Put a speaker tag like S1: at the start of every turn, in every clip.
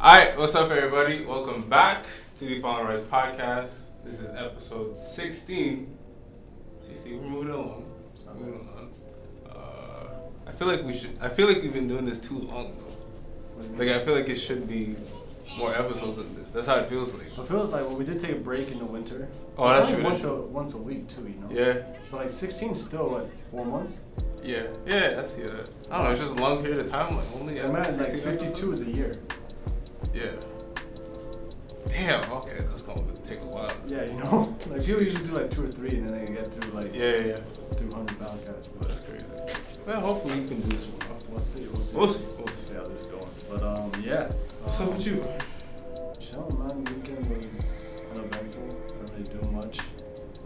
S1: All right, what's up, everybody? Welcome back to the Final Rise Podcast. This is episode 16. 16, we're moving along. We're moving along. Uh, I feel like we should. I feel like we've been doing this too long though. Like I feel like it should be more episodes than this. That's how it feels like.
S2: It feels like well, we did take a break in the winter.
S1: Oh,
S2: It's
S1: that's
S2: only
S1: true,
S2: Once
S1: that's
S2: a, once a week too, you know.
S1: Yeah,
S2: So like 16 is still what four months.
S1: yeah, yeah. I see that. I don't know. It's just a long period of time. Like only
S2: Yeah, man, like
S1: 16
S2: 52
S1: episodes?
S2: is a year.
S1: Yeah. Damn. Okay, that's gonna take a while.
S2: Yeah, you know. Like people usually do like two or three, and then they get through like
S1: Yeah, yeah. yeah.
S2: 300 podcasts.
S1: Well, that's crazy. Well, hopefully we can do this one.
S2: uh, We'll see. We'll see.
S1: We'll see, we'll see.
S2: see how this is going. But um, yeah. Um,
S1: What's up with you?
S2: Chill, man. Weekend was uneventful. Didn't really do much.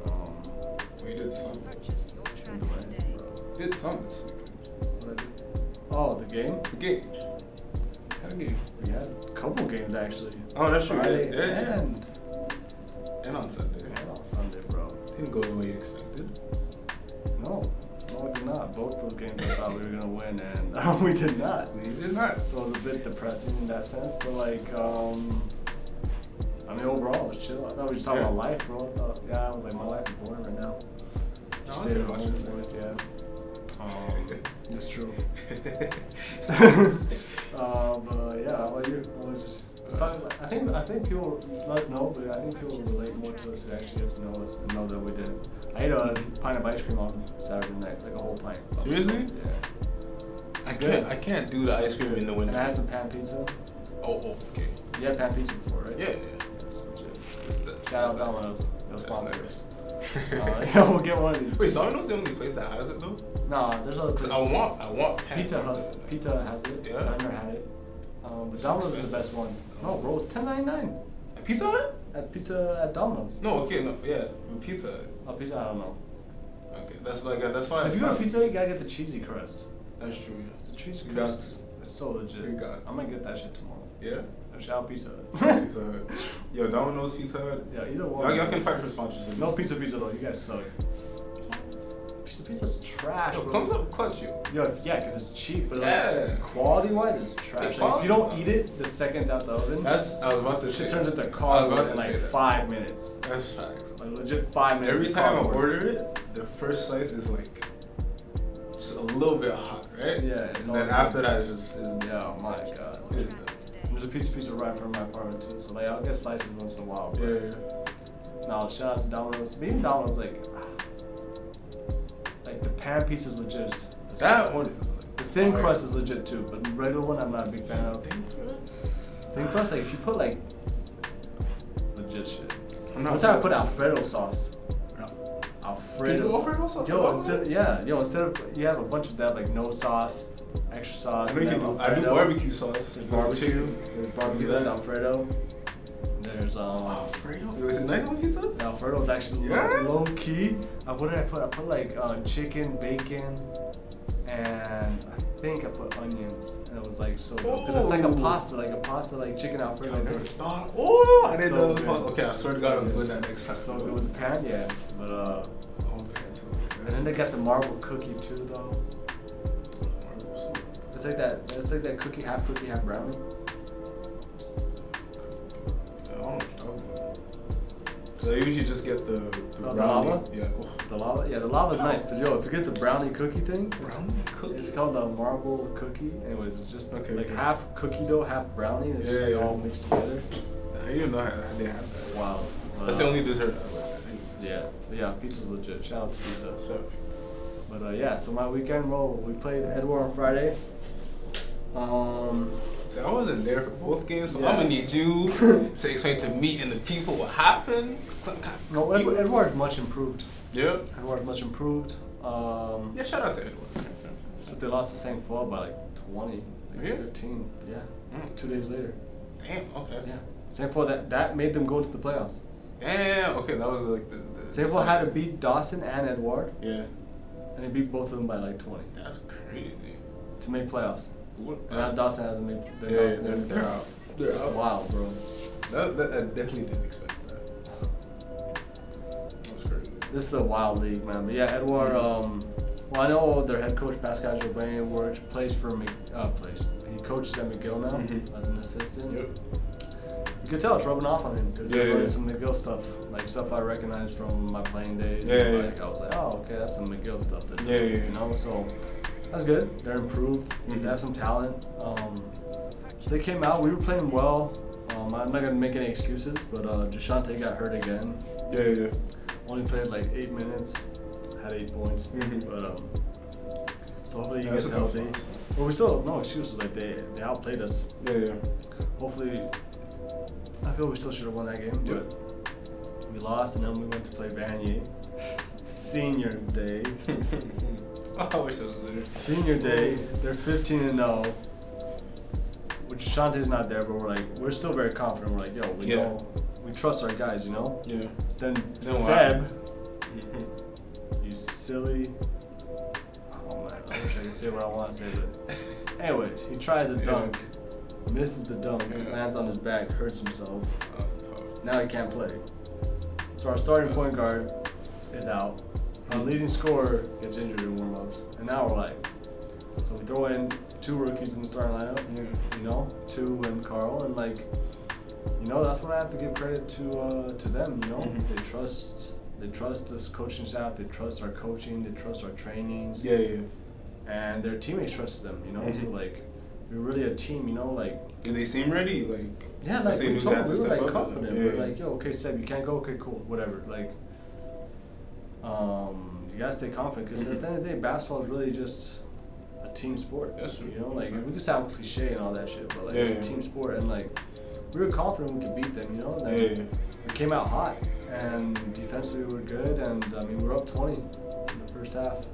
S2: Um,
S1: We did some.
S2: didn't do anything, bro.
S1: Did some this weekend.
S2: What I did- Oh, the game.
S1: The game. Had a game.
S2: We had a couple games actually.
S1: Oh, that's true, yeah,
S2: Friday
S1: yeah, yeah.
S2: and
S1: And on Sunday.
S2: and on Sunday, bro.
S1: Didn't go the way you expected.
S2: No, no, we did not. Both those games I thought we were gonna win, and we did not.
S1: We did not.
S2: So it was a bit depressing in that sense, but like, um, I mean, overall, it was chill. I thought we were just talking
S1: Yeah.
S2: about life, bro. I thought, yeah, I was like, my life is boring right now. Just stay at home, boys, yeah. Um, that's true. um, uh, yeah, how about you? How was-
S1: Uh,
S2: let's talk about- I think I think people let us know, but I think people relate more to us who actually gets to know us and know that we did. I ate a pint of ice cream on Saturday night, like a whole pint. by myself,
S1: Seriously?
S2: Yeah.
S1: I
S2: Good.
S1: can't. I can't do the ice cream in the
S2: And I had
S1: winter.
S2: some pan pizza.
S1: Oh, oh, okay.
S2: You had pan pizza before, right?
S1: Yeah, yeah.
S2: That's legit.
S1: That's, that's,
S2: Shout out
S1: that's
S2: Domino's. No
S1: That's
S2: sponsors.
S1: nice.
S2: Uh, yeah, we'll get one of these.
S1: Wait, Domino's the only place that has it though?
S2: Nah, there's other
S1: 'Cause
S2: places.
S1: I want, I want pan
S2: Pizza Hut. Pizza has it.
S1: Yeah.
S2: I've never had it. Um, but
S1: So
S2: Domino's is the
S1: expensive.
S2: best one. No, bro, it's ten ninety nine
S1: At Pizza Hut?
S2: at pizza at Domino's.
S1: No, okay, no, yeah, but Pizza. Hut.
S2: Oh, pizza, I don't know.
S1: Okay, that's like uh, that's fine.
S2: Oh. if you go to Pizza, Hut, you gotta get the cheesy crust.
S1: that's true.
S2: The cheesy
S1: You got
S2: crust is so legit.
S1: You got to.
S2: I'm gonna get that shit tomorrow.
S1: Yeah. yeah?
S2: Shout out Pizza. Hut.
S1: Pizza Hut. Yo, Domino's Pizza Hut.
S2: yeah, either one.
S1: Y'all, y'all can fight for sponsorship.
S2: No pizza, pizza though. You guys suck. Pizza, pizza's trash.
S1: Yo,
S2: bro.
S1: comes up clutch, yo.
S2: Yo, if- yeah, because it's cheap, but
S1: Yeah.
S2: like, quality wise, it's trash.
S1: Yeah,
S2: Like, if you don't
S1: quality-
S2: eat it the seconds out the oven,
S1: That's I was about to say.
S2: shit turns into
S1: I was
S2: cardboard
S1: about
S2: in
S1: to
S2: like
S1: say that.
S2: five minutes.
S1: That's facts.
S2: Like legit five minutes.
S1: Every
S2: is
S1: time I
S2: cardboard.
S1: order it, the first slice is like just a little bit hot, right?
S2: Yeah, it's
S1: And then
S2: all-
S1: after that, it's just it's
S2: Yeah, oh my god.
S1: It's
S2: There's a piece of pizza right in front of my apartment too, so like I'll get slices once in a while. But
S1: yeah,
S2: No, shout out to Domino's. Me and Domino's like, like the pan pizza is legit.
S1: yeah. That one is like
S2: The thin
S1: fire.
S2: crust is legit too, but the regular one I'm not a big fan of.
S1: Thin crust.
S2: Thin crust, like if you put like legit shit.
S1: I'm
S2: One time I put Alfredo sauce.
S1: No.
S2: Alfredo.
S1: You do
S2: sauce.
S1: Alfredo sauce?
S2: Yo,
S1: What?
S2: instead, yeah, yo, instead of you have a bunch of that like no sauce, extra
S1: I
S2: sauce.
S1: think
S2: and
S1: you
S2: then
S1: do, I do
S2: Alfredo.
S1: barbecue sauce.
S2: There's barbecue.
S1: Chicken.
S2: There's barbecue.
S1: Do
S2: There's
S1: that.
S2: Alfredo. There's
S1: Oh,
S2: um.
S1: Alfredo? Yo, is it nice on pizza?
S2: the Alfredo's actually
S1: Yeah?
S2: low, low key. Uh, what did I put? I put like uh, chicken, bacon, and I think I put onions. And it was like so. Because it's like a
S1: Oh.
S2: pasta, like a pasta, like chicken
S1: I
S2: Alfredo.
S1: never thought. Oh, I didn't
S2: So
S1: know it was
S2: good.
S1: possible. Okay, I swear to God, I'm
S2: So
S1: doing
S2: good.
S1: that next time.
S2: So good with the pan, yeah. But uh,
S1: Oh, man, too.
S2: and then they got the marble cookie too, though. It's like that. It's like that cookie half cookie half brownie.
S1: I don't know what you're talking about. Cause Oh, I usually just get the the
S2: Oh, the
S1: brownie.
S2: lava?
S1: Yeah. Oh.
S2: The lava. Yeah, the lava's nice, but yo, if you get the brownie cookie thing, it's,
S1: Brownie cookie?
S2: it's called a marble cookie. Anyways, it's just
S1: Okay,
S2: like
S1: okay.
S2: half cookie dough, half brownie. and It's just
S1: Yeah,
S2: like
S1: yeah.
S2: all mixed together.
S1: I didn't know how how they had
S2: It's
S1: that.
S2: wild.
S1: That's
S2: Uh,
S1: the only dessert I like. I think.
S2: Yeah, but yeah, pizza's legit. Shout out to pizza.
S1: So,
S2: But uh, yeah, so my weekend roll, we played Edward on Friday. Um,
S1: see, I wasn't there for both games, so
S2: Yeah.
S1: I'm gonna need you to explain to me and the people what happened. 'Cause I'm kinda
S2: no, Edward,
S1: confused.
S2: Edward's much improved.
S1: Yeah.
S2: Edward's much improved. Um,
S1: Yeah. Shout out to Edward.
S2: So they lost the same four by like 20, like
S1: Yeah.
S2: 15. Yeah.
S1: Mm.
S2: Two days later.
S1: Damn. Okay.
S2: Yeah. Same four that that made them go into the playoffs.
S1: Damn. Okay, that was like the. the
S2: Same four had to beat Dawson and Edward,
S1: Yeah.
S2: and they beat both of them by like 20
S1: That's crazy.
S2: to make playoffs.
S1: What?
S2: And now Dawson hasn't made. then
S1: Yeah,
S2: Dawson
S1: they're-
S2: hasn't
S1: they're
S2: made
S1: out.
S2: playoffs.
S1: They're
S2: It's
S1: out.
S2: wild, bro.
S1: That, that, I definitely didn't expect that. That was crazy.
S2: This is a wild league, man. But yeah, Edward. Um, well, I know their head coach Pascal Jourdain works plays for Mc, uh, plays. He coaches at McGill now
S1: Mhm.
S2: as an assistant.
S1: Yep.
S2: You could tell it's rubbing off on him because
S1: Yeah,
S2: he learned
S1: yeah.
S2: some McGill stuff, like stuff I recognized from my playing days.
S1: Yeah, yeah,
S2: like
S1: yeah.
S2: I was like, oh, okay, that's some McGill stuff. That
S1: Yeah, yeah, yeah.
S2: You know, so that's good. They're improved.
S1: Mhm.
S2: They have some talent. Um, so they came out. We were playing well. Um, I'm not gonna make any excuses, but uh, Deshante got hurt again.
S1: Yeah, yeah.
S2: Only played like eight minutes, had eight points.
S1: Mhm.
S2: But um, so hopefully he
S1: That's
S2: gets
S1: a tough
S2: healthy.
S1: loss.
S2: But we still have no excuses. Like they they outplayed us.
S1: Yeah, yeah.
S2: Hopefully, I feel we still should have won that game,
S1: Yep.
S2: but we lost, and then we went to play Vanier. Senior day,
S1: I wish I was there.
S2: senior day. They're 15 and 0. Which Shante's not there, but we're like we're still very confident. We're like, yo, we
S1: Yeah.
S2: know, we trust our guys, you know.
S1: Yeah.
S2: Then
S1: what
S2: Seb.
S1: happened?
S2: You silly. Oh man, I wish I could say what I want to say, but. Anyways, he tries a
S1: Yeah.
S2: dunk, misses the dunk,
S1: Yeah.
S2: lands on his back, hurts himself.
S1: That's tough.
S2: Now he can't play. So our starting point guard is out. Our leading scorer gets injured in warm ups. And now we're like, so we throw in two rookies in the starting lineup,
S1: Yeah.
S2: you know, two and Carl, and like, you know, that's when I have to give credit to uh, to them. You know,
S1: Mhm.
S2: they trust they trust this coaching staff, they trust our coaching, they trust our trainings,
S1: Yeah, yeah.
S2: and their teammates trust them. You know, so
S1: Mhm.
S2: like, we're really a team. You know, like
S1: Did they seem ready? Like,
S2: yeah,
S1: if
S2: like
S1: they
S2: we
S1: knew
S2: told
S1: they had
S2: we
S1: to
S2: were
S1: step
S2: like
S1: up,
S2: confident.
S1: yeah,
S2: We
S1: yeah.
S2: We're like, yo, okay, Seb, you can't go. Okay, cool, whatever. Like, um, you gotta stay confident because at
S1: Mhm.
S2: the end of the day, basketball is really just a team sport.
S1: That's true.
S2: You know,
S1: That's
S2: like
S1: true.
S2: we can sound cliche and all that shit, but like
S1: Yeah,
S2: it's
S1: yeah.
S2: a team sport, and like we were confident we could beat them. You know,
S1: Yeah,
S2: like,
S1: yeah.
S2: we came out hot, and defensively we were good, and I mean we were up twenty in the first half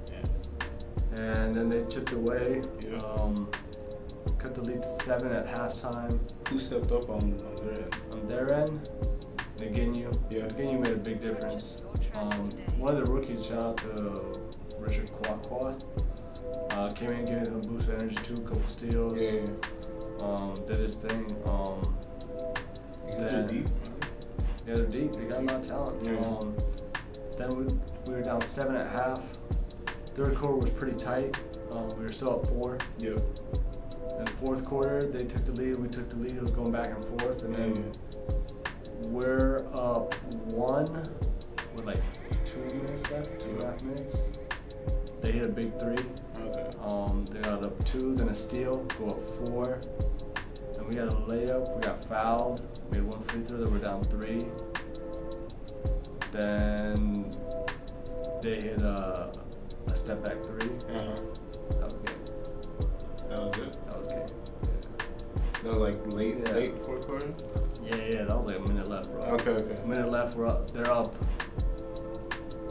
S2: and then they chipped away.
S1: Yeah.
S2: Um, cut the lead to seven at halftime
S1: Who stepped up on, on their end?
S2: on their end. Naginyu.
S1: Yeah.
S2: Naginyu made a big difference. Um, one of the rookies, shout out to Richard Kwakwa, uh, came in and gave him a boost of energy too, a couple steals.
S1: Yeah, yeah.
S2: Um, did his thing. Um,
S1: Because they're
S2: Then-
S1: deep.
S2: yeah, they're deep. They got a lot of talent.
S1: Yeah.
S2: Um, then we, we were down seven at half. Third quarter was pretty tight. Um, we were still up four.
S1: Yep.
S2: And fourth quarter, they took the lead. We took the lead. It was going back and forth, and
S1: Yeah,
S2: then we're up one with like two minutes left, two and a half minutes. They hit a big three.
S1: yeah. Okay.
S2: Um, they got up two, then a steal, go up four, and we got a layup. We got fouled. Made one free throw. They were down three. Then they hit a, a step back three.
S1: Uh-huh.
S2: That was game.
S1: That was it.
S2: That was game.
S1: That was like late,
S2: Yeah.
S1: late fourth quarter.
S2: Yeah, yeah, that was like a minute left, bro.
S1: Okay, okay.
S2: A minute left. We're up. They're up.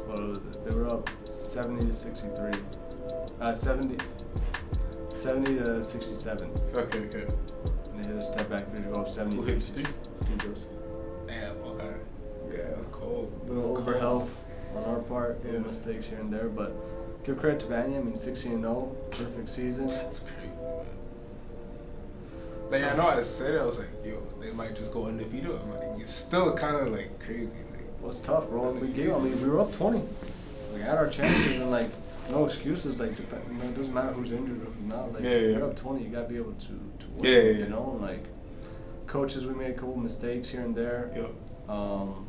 S2: What was it? They were up 70 to 63. Uh, 70, 70 to 67.
S1: Okay, okay.
S2: And they hit a step back three to go up 70.
S1: Who hit the three?
S2: Steve Jobs.
S1: Damn. Okay. Yeah, that's cold.
S2: Little
S1: That's
S2: overhelp
S1: cold.
S2: on our part. Little
S1: Yeah.
S2: mistakes here and there, but give credit to Vanya. I mean, 16 and 0, perfect season.
S1: That's crazy, man. Like I know I said it, I was like, yo, they might just go undefeated. I'm like, it's still kind of like crazy. Like,
S2: Well, it's tough, bro. We gave. I mean, we were up 20. We had our chances and like no excuses. Like dep- you know, it doesn't matter who's injured or who's not. Like
S1: Yeah, yeah, yeah.
S2: you're up 20, you gotta be able to to win.
S1: Yeah, yeah, yeah.
S2: You know, and like coaches, we made a couple mistakes here and there.
S1: yo,
S2: Um,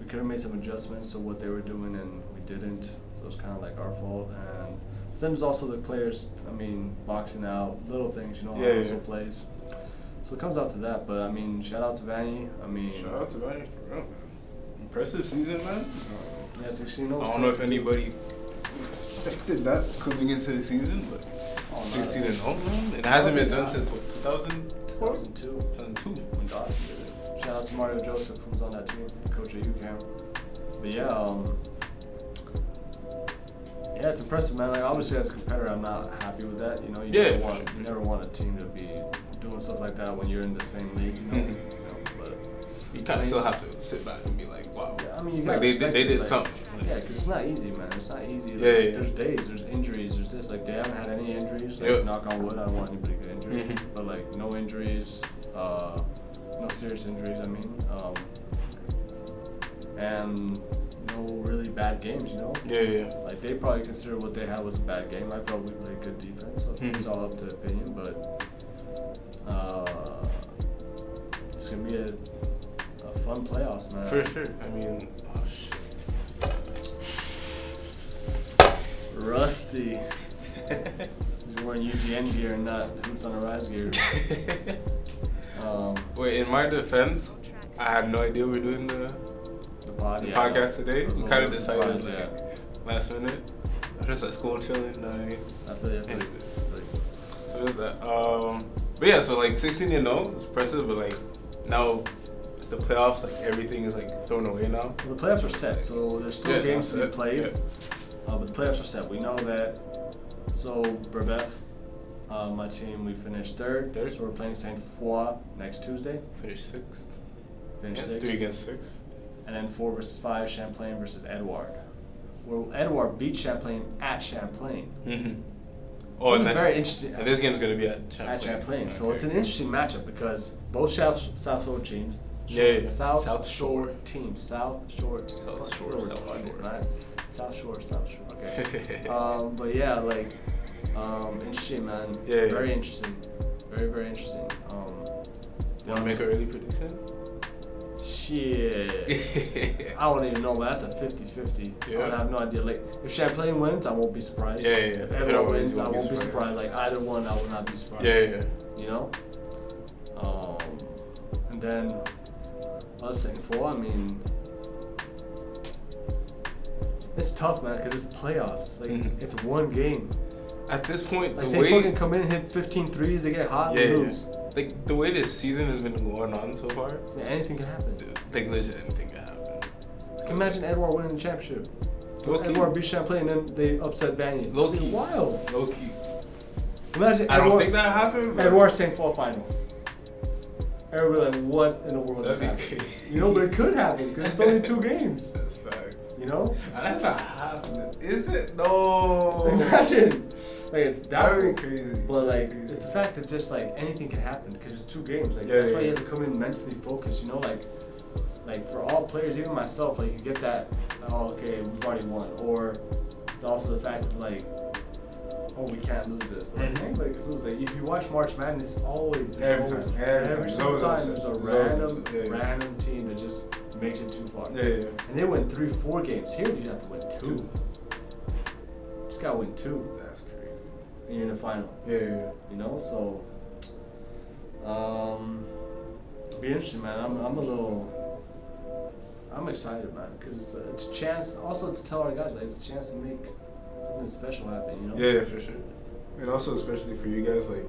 S2: we could have made some adjustments to what they were doing and we didn't. So it's kind of like our fault. And but then there's also the players. I mean, boxing out little things. You know,
S1: Yeah, yeah,
S2: also
S1: yeah.
S2: plays. So it comes out to that. But I mean, shout out to Vanny. I mean,
S1: shout out to Ryan for real, man. Impressive season, man. Uh,
S2: yeah, 16
S1: I don't know if anybody expected that coming into the season, but
S2: Oh, no.
S1: 16 and 0, man. It hasn't been done since what, 2000?
S2: 2002
S1: 2002.
S2: when Dawson did it. Shout out to Mario Joseph who was on that team, coach at UCAM. But yeah, um, yeah, it's impressive, man. Like obviously as a competitor, I'm not happy with that. You know, you
S1: Yeah,
S2: never
S1: for sure,
S2: want
S1: for
S2: you
S1: sure.
S2: never want a team to be doing stuff like that when you're in the same league. You know,
S1: Mhm.
S2: you know but.
S1: You kind of still have to sit back and be like, wow.
S2: Yeah, I mean, you
S1: like
S2: gotta
S1: they, they,
S2: respect
S1: they
S2: it,
S1: did
S2: like-
S1: something. Like,
S2: Yeah, because it's not easy, man. It's not easy. Like,
S1: Yeah, yeah, yeah.
S2: There's days, there's injuries, there's this. Like, they haven't had any injuries. Like,
S1: Yep.
S2: knock on wood, I don't want anybody to get injured.
S1: Mhm.
S2: But, like, no injuries, uh, no serious injuries, I mean. Um, and no really bad games, you know?
S1: yeah, yeah.
S2: Like, they probably consider what they had was a bad game. I felt we played good defense, so
S1: Mhm.
S2: it's all up to opinion. But Uh, it's gonna be a, a fun playoffs, man.
S1: For sure. I mean, oh shit.
S2: Rusty. Is he wearing UGN gear and not Hoots on the Rise gear? um,
S1: Wait, in my defense, I had no idea we were doing the,
S2: the pod,
S1: the
S2: yeah.
S1: podcast today. We kind of
S2: It's
S1: decided
S2: pod,
S1: like
S2: yeah.
S1: last minute. I was just at school chilling, you know what I mean?
S2: I feel you. I feel you.
S1: So it was that. Um, but yeah, so like 16 and 0 is impressive, but like now it's the playoffs. Like everything is like thrown away now.
S2: Well, the playoffs are set, so there's still
S1: Yeah,
S2: games to be
S1: set,
S2: played.
S1: yeah.
S2: Uh, but the playoffs are set. We know that. So, Brebeuf, uh, my team, we finished third.
S1: Third.
S2: So, we're playing St. Foy next Tuesday.
S1: Finished sixth.
S2: Finish
S1: Yeah,
S2: sixth.
S1: Three against six.
S2: And then four versus five, Champlain versus Edouard. Where Edouard beat Champlain at Champlain.
S1: Mm-hmm.
S2: This
S1: Oh,
S2: is
S1: and then,
S2: very interesting.
S1: And this game's gonna be at Champlain.
S2: At Champlain. So
S1: Okay.
S2: it's an interesting matchup because both South, South Shore teams.
S1: Yeah, yeah, yeah.
S2: South,
S1: South Shore.
S2: Shore teams. South Shore. teams.
S1: South
S2: Fuck,
S1: Shore,
S2: we're
S1: South
S2: retarded,
S1: Shore.
S2: man. South Shore. South Shore. Okay. um, but yeah, like, um, interesting, man.
S1: Yeah, yeah.
S2: Very interesting. Very very interesting. Um,
S1: Wanna make an early prediction?
S2: Shit. I don't even know, man. That's a 50 50. I
S1: Yeah.
S2: have no idea. Like, if Champlain wins, I won't be surprised.
S1: Yeah, yeah, yeah.
S2: If
S1: If
S2: everyone
S1: everyone
S2: wins,
S1: wins, you
S2: I
S1: won't be
S2: won't be surprised.
S1: surprised.
S2: Like, either one, I will not be surprised.
S1: Yeah, yeah,
S2: You know? Um, and then, us saying four, I mean, it's tough, man, because it's playoffs. Like,
S1: Mhm.
S2: it's one game.
S1: yeah. At this point,
S2: Like,
S1: the
S2: say
S1: way
S2: fucking come in, hit 15 threes, they get hot,
S1: yeah,
S2: they
S1: yeah.
S2: lose.
S1: like the way this season has been going on so far,
S2: Yeah, anything can happen.
S1: like legit anything can happen.
S2: Can you Imagine Edward winning the championship.
S1: Low-key.
S2: Edward beat Champlain and then they upset Vanier.
S1: Low
S2: It'd be
S1: key.
S2: Wild.
S1: Low key.
S2: Imagine
S1: I don't
S2: Edouard-
S1: think that happened. but-
S2: Edouard St. Paul final. Everybody like, what in the world
S1: That'd
S2: is
S1: be
S2: happening?
S1: crazy.
S2: You know, but it could happen because it's only two games.
S1: That's facts.
S2: You know?
S1: That's not happening. Is it? No.
S2: Imagine. Like it's
S1: That'd be
S2: doubtful,
S1: crazy.
S2: But like it's the fact that just like anything can happen because it's two games. Like
S1: Yeah,
S2: that's
S1: yeah,
S2: why you
S1: yeah.
S2: have to come in mentally focused. You know, like like for all players, even myself, like you get that. like, Oh, okay, we've already won. Or also the fact of like, oh, we can't lose this. But like,
S1: Mhm.
S2: anybody can lose. Like if you watch March Madness, always
S1: Every
S2: there's
S1: time,
S2: always-
S1: every time. There's
S2: single
S1: always
S2: time
S1: upset.
S2: there's a
S1: There's always
S2: random
S1: upset, yeah, yeah.
S2: random team that just makes it too far.
S1: Yeah, yeah.
S2: And they win three, four games. Here you have to win two.
S1: Two.
S2: Just gotta win two,
S1: That's crazy.
S2: and you're in the final
S1: Yeah, yeah, yeah.
S2: you know so um be interesting man i'm, I'm a little i'm excited man because it's, a- it's a chance also to tell our guys like it's a chance to make something special happen you know
S1: Yeah, yeah, for sure. And also, especially for you guys, like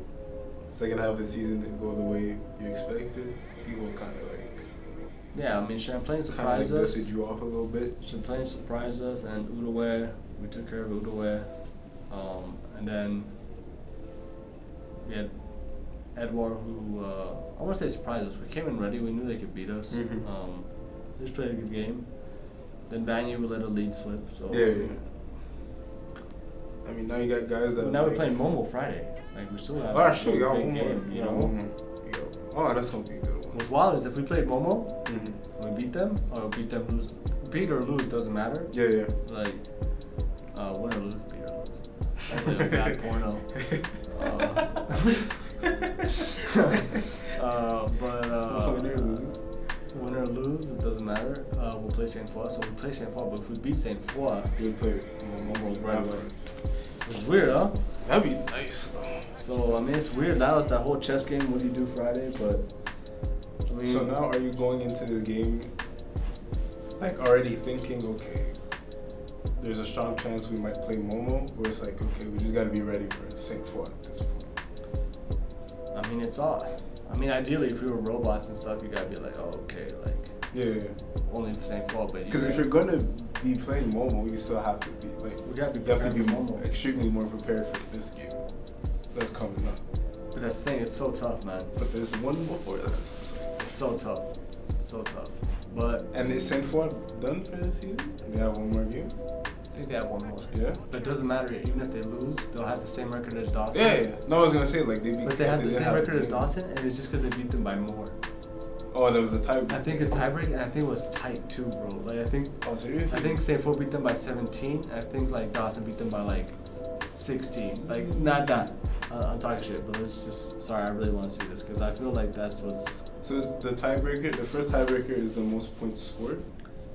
S1: second half of the season didn't go the way you expected. People kind of like
S2: yeah i mean champlain
S1: kind of like
S2: surprised us
S1: dusted you off a little bit.
S2: champlain surprised us and Udaware, we took care of Udaware. um and then we had Edward, who uh, I want to say surprised us. We came in ready. We knew they could beat us.
S1: Mhm.
S2: Um, they just played a good game. Then Vanya, we let a lead slip. So
S1: Yeah, yeah. I mean, now you got guys that.
S2: Now
S1: like,
S2: we're playing Momo Friday. Like we still have.
S1: Oh, shoot, you
S2: a
S1: got
S2: big
S1: one more.
S2: game, you
S1: got
S2: know.
S1: one more. You got- Oh, that's gonna be a good one.
S2: What's wild is if we played Momo,
S1: Mhm.
S2: we beat them or beat them lose, beat or lose doesn't matter.
S1: Yeah, yeah.
S2: Like uh, win or lose, beat or lose. Sounds like a bad porno. Uh, uh, but uh,
S1: Win or lose.
S2: win or lose, it doesn't matter. Uh, we'll play Saint Foy, so we play Saint Foy. But if we beat Saint Foy,
S1: Good play.
S2: Momo grabbed which is weird, huh?
S1: That'd be nice. though.
S2: So I mean, it's weird now that that whole chess game. What do you do Friday? But I mean,
S1: So now, are you going into this game like already thinking, okay, there's a strong chance we might play Momo, where it's like, okay, we just gotta be ready for Saint Four at this point.
S2: I mean, it's all. I mean, ideally, if we were robots and stuff, you gotta be like, oh, okay, like
S1: Yeah,
S2: only if Saint Foy. But you
S1: because if you're
S2: gotta-
S1: gonna be playing Momo, you still have to be like,
S2: We gotta be
S1: you have to be
S2: prepared for Momo.
S1: extremely more prepared for this game that's coming up.
S2: but that's the thing. It's so tough, man.
S1: But there's one before that, that's what I'm saying.
S2: It's so tough. It's so tough. But
S1: And is Saint Four done for this season? They have one more game.
S2: I think they have one more.
S1: Yeah.
S2: But it doesn't matter. Even if they lose, they'll have the same record as Dawson.
S1: Yeah, yeah. No, I was gonna say like they. Be,
S2: But they have the
S1: did
S2: same record as
S1: game.
S2: Dawson, and it's just because they beat them by more.
S1: Oh, there was a tie.
S2: I think a tiebreak, and I think it was tight too, bro. Like I think
S1: Oh, seriously?
S2: I think Saint Foy beat them by 17. and I think like Dawson beat them by like 16. Like not that. I- I'm talking shit, but let's just. Sorry, I really want to see this because I feel like that's what's.
S1: So it's the tiebreaker, the first tiebreaker is the most points scored.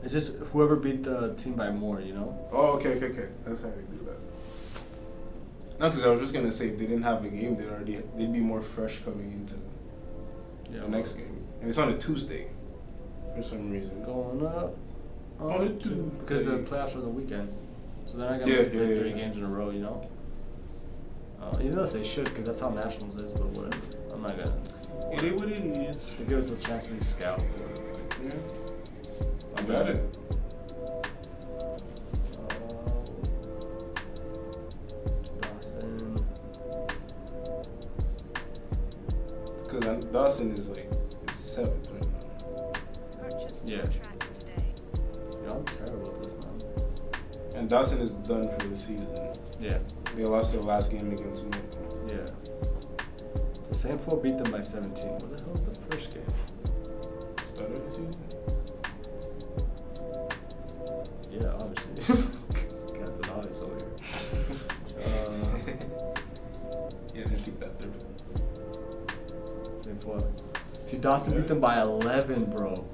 S2: It's just whoever beat the team by more, you know.
S1: Oh, okay, okay, okay. That's how they do that. No, because I was just gonna say if they didn't have a game, they'd already they'd be more fresh coming into the next game, and it's on a Tuesday for some reason.
S2: Going up.
S1: On a Tuesday.
S2: Because the playoffs are the weekend, so they're not gonna
S1: Yeah,
S2: play
S1: yeah, yeah,
S2: three
S1: yeah.
S2: games in a row, you know. Uh, even though they should, because that's how nationals is, but whatever. I'm not gonna.
S1: It is what it is.
S2: They give us a chance to be scout.
S1: Yeah.
S2: I
S1: You got it.
S2: Uh, Dawson.
S1: Because Dawson is like it's seventh right now,
S2: Yeah.
S3: Yeah.
S2: Yeah, I'm terrible at this
S1: and Dawson is done for the season.
S2: man. Yeah.
S1: They lost their last game against Milton.
S2: Yeah. So San Four beat them by 17. What the hell was the first game?
S1: Start of the season.
S2: Yeah, obviously. Got the obvious over here. Uh,
S1: yeah, they took that third.
S2: San Four. See, Dawson beat them by 11, bro.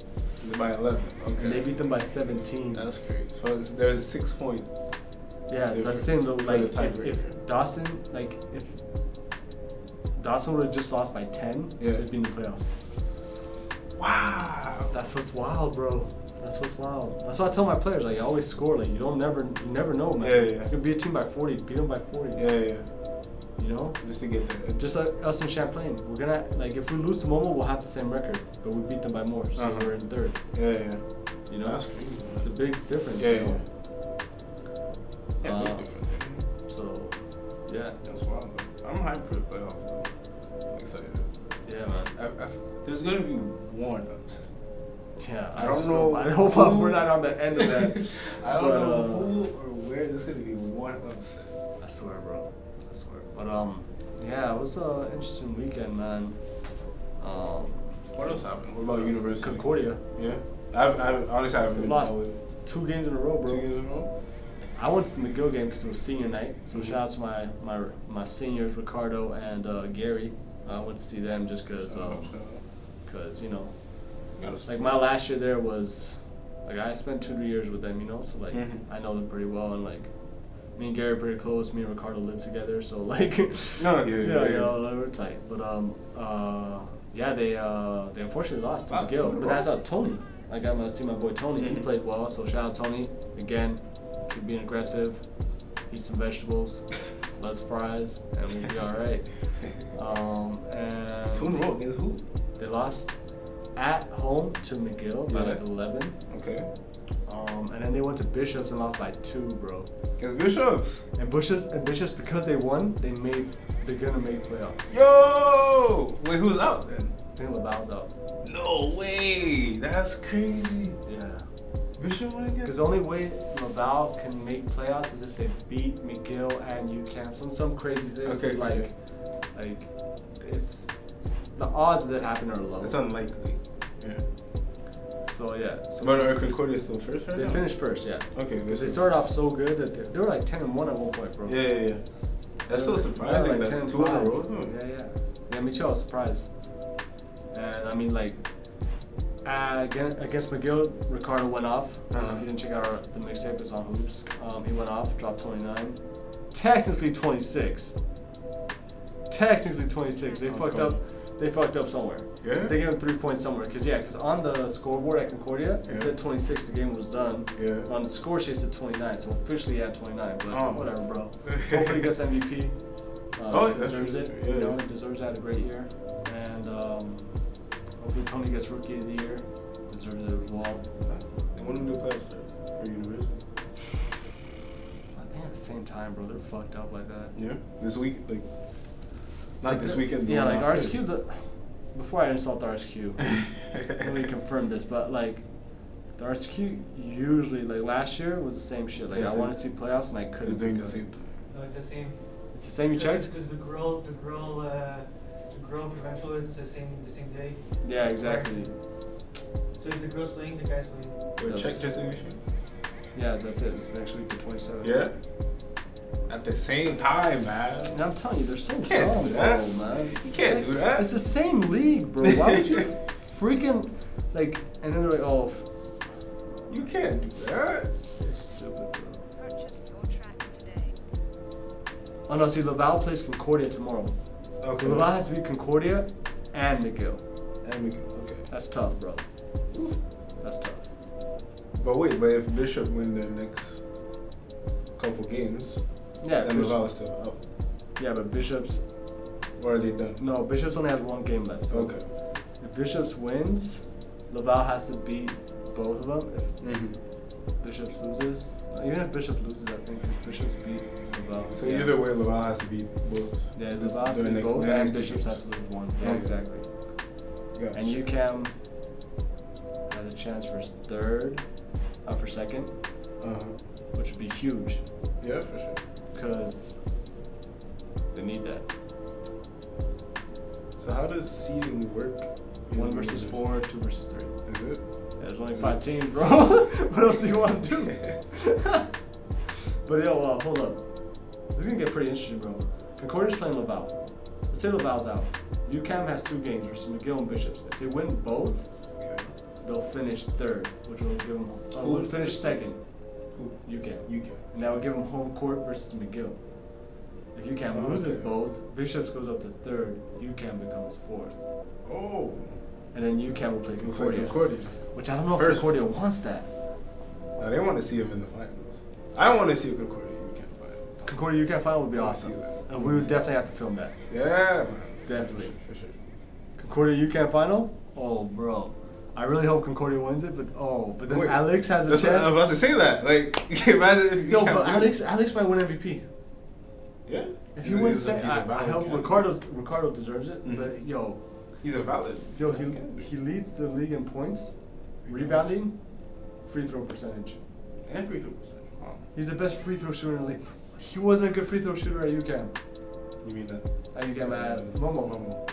S1: They by eleven. Okay.
S2: And they beat them by 17.
S1: That's crazy. So it's- there's a six point.
S2: Yeah, so I'm
S1: difference
S2: saying though,
S1: for
S2: like
S1: the
S2: if, if
S1: tiebreaker.
S2: Dawson, like if Dawson would have just lost by ten,
S1: Yeah.
S2: they'd be in the playoffs.
S1: Wow.
S2: That's what's wild, bro. That's what's wild. That's why I tell my players like, I always score. Like you don't never, you never know, man.
S1: Yeah, yeah.
S2: You could be a team by forty, beat them by forty.
S1: yeah, yeah.
S2: You know,
S1: Just to get the
S2: just like us in Champlain, we're gonna like if we lose to Momo, we'll have the same record, but we beat them by more, so
S1: Uh-huh.
S2: we're in third.
S1: yeah, yeah.
S2: You know,
S1: That's crazy, man.
S2: it's a big difference.
S1: Yeah,
S2: you
S1: yeah.
S2: know?
S1: Yeah,
S2: Uh,
S1: big difference. yeah.
S2: So, yeah,
S1: That's wild. Though. I'm hyped for the playoffs. Though. I'm excited.
S2: yeah, man.
S1: I, I, there's gonna be one upset.
S2: Yeah,
S1: I don't know.
S2: I hope I'm-
S1: who-
S2: we're not on the end of that.
S1: I don't
S2: But,
S1: know
S2: uh,
S1: who or where. There's gonna be one upset.
S2: I swear, bro. I swear. But um, yeah, it was an interesting weekend, man. Um,
S1: What else happened? What about university?
S2: Concordia.
S1: Yeah. I, I honestly I haven't
S2: We
S1: been
S2: lost
S1: following.
S2: two games in a row, bro.
S1: Two games in a row.
S2: I went to the McGill game because it was senior night. So
S1: Mhm.
S2: shout out to my my my seniors, Ricardo and uh, Gary. I went to see them just because
S1: Shout out, shout out.
S2: you know,
S1: um, Gotta support.
S2: uh, like my last year there was like I spent two years with them, you know, so like
S1: Mhm.
S2: I know them pretty well and like me and Gary are pretty close, me and Ricardo live together, so like
S1: No, yeah, yeah,
S2: you
S1: yeah,
S2: know,
S1: yeah.
S2: you know, we're tight. But um uh yeah they uh they unfortunately lost to
S1: Lost to
S2: McGill.
S1: McGill.
S2: But that's how Tony. Like I'm gonna see my boy Tony, he
S1: Mhm.
S2: played well, so shout out Tony. Again, keep being aggressive, eat some vegetables, less fries, and we'll be alright. Um and
S1: Two in a row against who?
S2: they lost at home to McGill by
S1: Yeah.
S2: like 11.
S1: Okay.
S2: Um, and then they went to Bishops and lost by two, bro.
S1: Against Bishops.
S2: And Bishops, and Bishops because they won, they made, they're gonna make playoffs.
S1: Yo! Wait, who's out then?
S2: Then Laval's out.
S1: No way! That's crazy.
S2: Yeah.
S1: Bishop won again?
S2: Because the only way Laval can make playoffs is if they beat McGill and UCamp. Some some crazy things
S1: Okay,
S2: like,
S1: okay.
S2: like, it's the odds of that happening are low.
S1: It's unlikely. Yeah.
S2: so yeah. So
S1: But are Concordia still first right
S2: they
S1: now?
S2: finished first, yeah.
S1: Okay,
S2: Because they
S1: good.
S2: started off so good that they, they were like 10 and 1 at one point, bro.
S1: Yeah, yeah, yeah. That's so
S2: Yeah,
S1: surprising.
S2: like 10
S1: that
S2: and
S1: two in a
S2: five.
S1: row. though.
S2: Yeah, yeah. Yeah, me too. I was surprised. And I mean, like, uh, against, against McGill, Ricardo went off. I don't know If
S1: Uh-huh.
S2: you didn't check out our, the mixtape, it's on Hoops. Um, he went off, dropped 29. Technically 26. Technically 26. They
S1: Oh,
S2: fucked
S1: come
S2: up.
S1: on.
S2: They fucked up somewhere. 'Cause
S1: Yeah?
S2: They gave him three points somewhere. Cause yeah, cause on the scoreboard at Concordia it
S1: Yeah.
S2: said 26. The game was done.
S1: Yeah.
S2: On the score sheet it said 29. So officially he had 29. But
S1: Oh.
S2: whatever, bro. Hopefully he gets MVP. Uh,
S1: Oh,
S2: he
S1: yeah,
S2: deserves
S1: that's
S2: it.
S1: true.
S2: You
S1: Yeah,
S2: know,
S1: yeah.
S2: he deserves to have a great year. And um, hopefully Tony gets Rookie of the Year. Deserves it as well.
S1: They want to do playoffs for university.
S2: I think at the same time, bro, they're fucked up like that.
S1: Yeah. This week, like, not this weekend. the
S2: Yeah,
S1: one
S2: like
S1: after.
S2: RSQ. The, before I insult the RSQ, let me confirm this, but like. The RSQ usually, like last year, was the same shit. Like
S1: Yeah,
S2: I
S1: it's-
S2: want to see playoffs, and I couldn't.
S1: It's doing the
S2: because-
S1: same time.
S4: No, it's the same.
S2: It's the same. You checked?
S4: Because the girl, the girl, uh, the girl provincial. It's the same, the same day.
S2: Yeah, exactly.
S4: So if the girls playing, the guys playing.
S1: Wait, check
S2: Yes.
S1: just in issue.
S2: Yeah, that's it. It's next week, the 27th.
S1: Yeah?
S5: at the same time, man.
S2: And I'm telling you, they're so dumb,
S5: Can't do that.
S2: bro, man.
S5: You can't
S2: It's
S5: do
S2: like-
S5: that.
S2: It's the same league, bro. Why would you freaking like? And then they're like, oh, f-
S5: You can't do that.
S2: you're stupid, bro.
S3: Purchase your tracks today.
S2: Oh no, see, Laval plays Concordia tomorrow.
S5: Okay.
S2: Laval has to beat Concordia and McGill.
S5: And we- okay.
S2: That's tough, bro. That's tough.
S5: But wait, but if Bishop win their next couple games,
S2: Yeah,
S5: then
S2: Bishop,
S5: Laval is still up.
S2: yeah, but Bishops.
S5: Or are they done?
S2: No, Bishops only has one game left. So
S5: Okay.
S2: If Bishops wins, Laval has to beat both of them. If
S5: Mm-hmm.
S2: Bishops loses, even if Bishop loses, I think if Bishops beat Laval.
S5: So
S2: yeah.
S5: either way, Laval has to beat both.
S2: Yeah, Laval has to
S5: their
S2: beat
S5: next-
S2: both,
S5: their
S2: and
S5: next two
S2: Bishops has
S5: games.
S2: to lose one. Yeah,
S5: Okay.
S2: exactly.
S5: Yeah.
S2: And UCAM has a chance for third, uh, for second,
S5: Uh-huh.
S2: which would be huge
S5: Yeah, for sure.
S2: because they need that.
S5: So how does seeding work? in
S2: One
S5: the
S2: versus
S5: Euros?
S2: four, two versus three.
S5: Is it?
S2: Yeah, there's only five teams, bro. what else do you want to do? but yo, uh, hold up. This is gonna get pretty interesting, bro. Concordia's playing Laval. Let's say Laval's out. UCAM has two games versus McGill and Bishops. If they win both,
S5: Okay.
S2: they'll finish third, which will give them. Uh, will finish second.
S5: Who?
S2: UCAM.
S5: You can.
S2: And that would give them home court versus McGill. If UCAM
S5: Oh,
S2: loses
S5: okay.
S2: both, Bishops goes up to third. UCAM becomes fourth,
S5: Oh.
S2: and then UCAM will play
S5: You play
S2: Concordia.
S5: Concordia.
S2: Which I don't know if
S5: First.
S2: Concordia wants that.
S5: Now they want to see him in the finals. I want to see Concordia. You can finals.
S2: Concordia UCAM final would be awesome, and we would definitely have to film that.
S5: Yeah, man.
S2: Definitely.
S5: For sure.
S2: Concordia UCAM final? Oh, bro. I really hope Concordia wins it, but oh, but then
S5: Wait,
S2: Alex has a
S5: That's what I
S2: chance.
S5: was about to say that. Like, imagine if you
S2: Yo,
S5: can't
S2: but
S5: win.
S2: Alex, Alex might win MVP.
S5: Yeah.
S2: If
S5: He's
S2: you
S5: a-
S2: win
S5: he's a-
S2: second,
S5: he's a
S2: I, I
S5: valid
S2: hope
S5: candidate.
S2: Ricardo Ricardo deserves it.
S5: Mhm.
S2: But yo,
S5: He's a valid.
S2: yo,
S5: candidate.
S2: he he leads the league in points, rebounding, free throw percentage.
S5: And free throw percentage. Wow.
S2: He's the best free throw shooter in the league. He wasn't a good free throw shooter at UCAM.
S5: You mean that?
S2: At UCAM at Momo.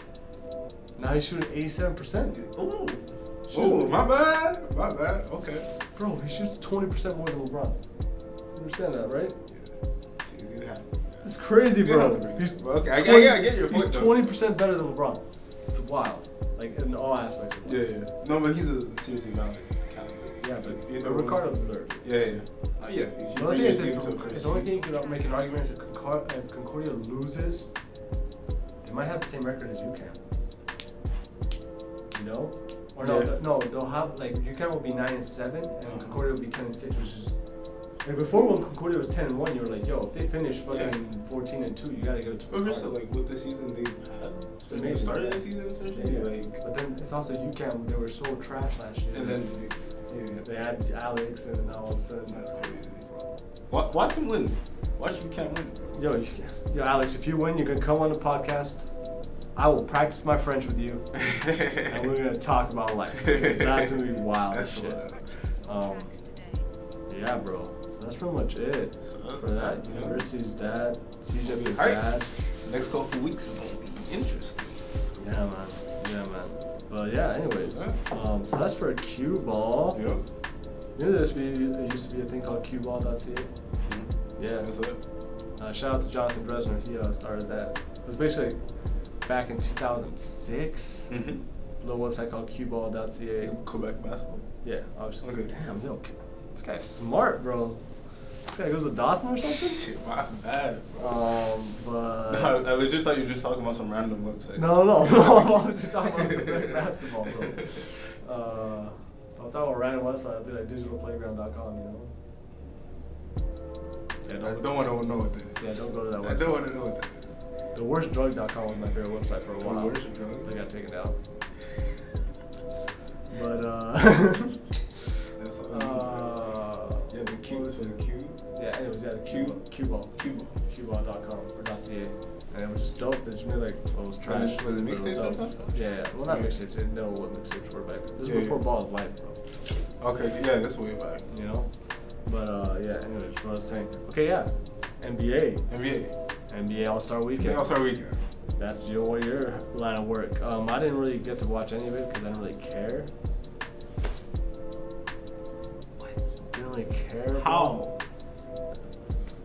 S2: Now he's shooting 87%.
S5: Oh.
S2: Shoot.
S5: Oh, my bad. My bad. Okay.
S2: Bro, he shoots 20% more than LeBron. You understand that, right?
S5: Yeah. Dude, it happened.
S2: That's crazy,
S5: You didn't
S2: bro.
S5: have to bring
S2: He's
S5: it. Well, okay, I- I-
S2: 20
S5: yeah, I get your
S2: He's
S5: point, though.
S2: twenty percent better than LeBron. It's wild, like in all aspects. Of
S5: Yeah,
S2: life.
S5: yeah. No, but he's a seriously valid candidate.
S2: yeah, but
S5: Either
S2: but
S5: one.
S2: Ricardo deserved. it.
S5: Yeah, yeah. Oh, yeah. If
S2: The
S5: you
S2: only
S5: bring
S2: thing
S5: your
S2: is,
S5: team
S2: if,
S5: to a
S2: if
S5: first
S2: the only thing you
S5: seed-
S2: could make an argument is if, Concord, if Concordia loses, they might have the same record as UCAM. You know? Or no,
S5: Yeah.
S2: th- no, they'll have like UCAM will be nine and seven, and
S5: Uh-huh.
S2: Concordia will be ten and six, which is. Like before, when Concordia was ten and one, you were like, "Yo, if they finish fucking fourteen and two, you gotta go to."
S5: But
S2: Concordia.
S5: first, of all, like with the season they had,
S2: It's
S5: at the
S2: amazing.
S5: start of the season especially,
S2: Yeah.
S5: like,
S2: But then it's also UCAM. They were so trash last year.
S5: and then yeah,
S2: they had Alex, and then all of a sudden,
S5: That's crazy. Watch, watch him win. Watch you can't win.
S2: yo, you, yo, Alex, if you win, you can come on the podcast. I will practice my French with you, and we're gonna talk about life. 'cause That's gonna be wild as
S5: That's
S2: shit.
S5: wild.
S2: Um,
S3: Tracks today.
S2: yeah, bro. So that's pretty much it
S5: So that's-
S2: for that.
S5: yeah.
S2: University's dad, CJW's
S5: Alright.
S2: dad.
S5: Next couple weeks is gonna be interesting.
S2: Yeah, man. Yeah, man. But yeah, anyways.
S5: Yeah.
S2: Um, so that's for Q ball.
S5: Yeah.
S2: You know, there used to be, there used to be a thing called QBall.ca. Yeah.
S5: What's that?
S2: Uh, shout out to Jonathan Dresner. He uh, started that. It was basically back in 2006.
S5: Mhm.
S2: Little website called QBall.ca.
S5: Quebec basketball.
S2: Yeah, obviously.
S5: Okay.
S2: Damn, yo, this guy's smart, bro. This guy goes to Dawson or something.
S5: Shit, my bad, bro.
S2: um, but
S5: No, I I legit thought you were just talking about some random website.
S2: no, no, no. I was just talking about Quebec basketball, bro. Uh, if I'm talking about random website. I'd be like digitalplayground.com, you know.
S5: I don't want to know what that
S2: Yeah,
S5: is.
S2: don't go to that
S5: I
S2: website.
S5: don't want to know what that is.
S2: The worst drug.com was my favorite website for a
S5: The
S2: while.
S5: Worst Drug?
S2: They got taken down. But uh,
S5: That's all.
S2: uh
S5: yeah, the Q is for the Q.
S2: yeah, anyways, yeah, the Q Cuba Cuba Cuba.com or .ca, and it was just dope. It just made like well, it was trash.
S5: it- was it
S2: but
S5: mixtapes or
S2: dope.
S5: something?
S2: Yeah, yeah, well not
S5: Okay.
S2: mixtapes. I didn't know what mixtapes were back then. This was
S5: Yeah, yeah.
S2: before Ball was life, bro.
S5: Okay, yeah, that's way back.
S2: You know. But uh, yeah, anyways, what I was saying. Okay, yeah, NBA,
S5: NBA.
S2: NBA All Star Weekend.
S5: Yeah. All Star Weekend.
S2: That's your your line of work. Um, I didn't really get to watch any of it because I didn't really care. Didn't really care. bro.
S5: How?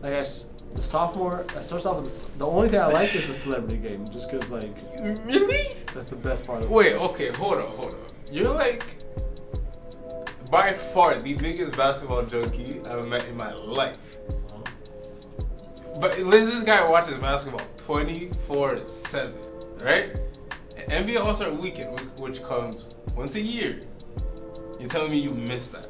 S2: Like I, s- The sophomore, it starts off with the, s- the only thing I like is the celebrity game, just because, like,
S5: Really?
S2: that's the best part of
S5: Wait,
S2: it.
S5: okay, hold up, hold up. You're like by far the biggest basketball junkie I've met in my life. But Liz, this guy watches basketball 24 7, right? And NBA All Star Weekend, whi- which comes once a year. You're telling me you missed that?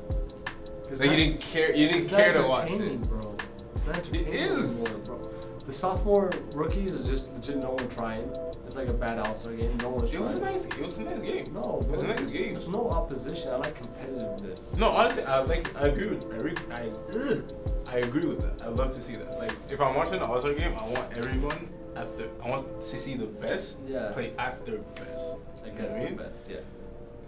S2: It's
S5: Like you
S2: not-
S5: didn't care. You didn't
S2: it's not
S5: care to watch
S2: entertaining,
S5: it.
S2: Bro. It's not entertaining
S5: is.
S2: anymore, bro. The sophomore rookies is just legit no one trying. It's like a bad All Star game. No one's
S5: It
S2: trying.
S5: was a nice. It was a nice game.
S2: No,
S5: it
S2: bro,
S5: was a nice
S2: there's,
S5: game.
S2: there's no opposition. I like competitiveness.
S5: No, honestly, I like. I agree with. I, re- I, ugh, I agree with that. I love to see that. Like, if I'm watching the All-Star game, I want everyone at the. I want to see the best
S2: Yeah.
S5: play at their best.
S2: I
S5: You know
S2: guess
S5: what I
S2: the
S5: mean?
S2: best, yeah.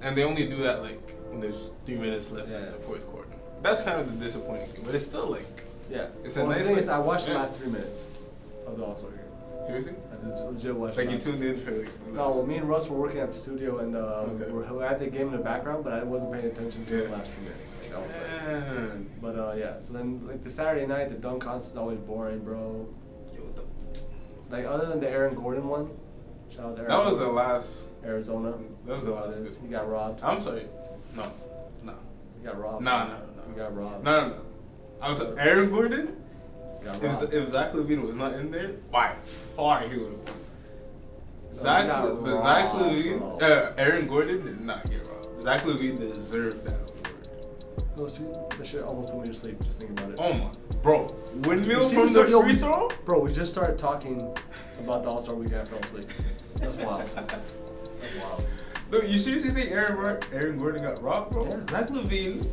S5: And they only do that like when there's three minutes left in
S2: Yeah.
S5: the fourth quarter. That's kind of the disappointing thing. But it's still like
S2: Yeah.
S5: It's a
S2: well, the
S5: nice,
S2: thing
S5: like-
S2: is, I watched the
S5: yeah.
S2: last three minutes Oh, of the All Star game.
S5: seriously.
S2: I did legit watch. the
S5: Like you
S2: last-
S5: tuned in for like. the
S2: No,
S5: last-
S2: well, me and Russ were working at the studio and uh,
S5: Okay.
S2: we're, we had the game in the background, but I wasn't paying attention to the
S5: Yeah.
S2: last few minutes. Like, I was like-
S5: Man.
S2: but uh, yeah, so then like the Saturday night, the dunk contest is always boring, bro.
S5: Yo, the,
S2: Like other than the Aaron Gordon one, shout out to Aaron
S5: that was the
S2: Gordon,
S5: last.
S2: Arizona.
S5: That was the last
S2: Is.
S5: good.
S2: He got robbed.
S5: I'm sorry. No. No.
S2: He got robbed.
S5: No, no, no.
S2: He got robbed.
S5: No, no, no. I'm sorry. Aaron Gordon?
S2: Got
S5: If,
S2: robbed.
S5: if Zach Levine was not in there, by far he would have won.
S2: No,
S5: Zach,
S2: he got
S5: but Zach
S2: robbed,
S5: Levine,
S2: bro.
S5: uh, Aaron Gordon did not get robbed. Zach Levine deserved that award.
S2: No, see, that shit almost put me to sleep just thinking about it.
S5: Oh my, bro, windmill
S2: You see,
S5: from
S2: we
S5: the
S2: start- yo,
S5: free
S2: we-
S5: throw.
S2: Bro, we just started talking about the All Star Weekend. I fell asleep. That's wild. That's wild.
S5: No, you seriously think Aaron, Gor- Aaron Gordon got robbed, bro?
S2: Yeah.
S5: Zach Levine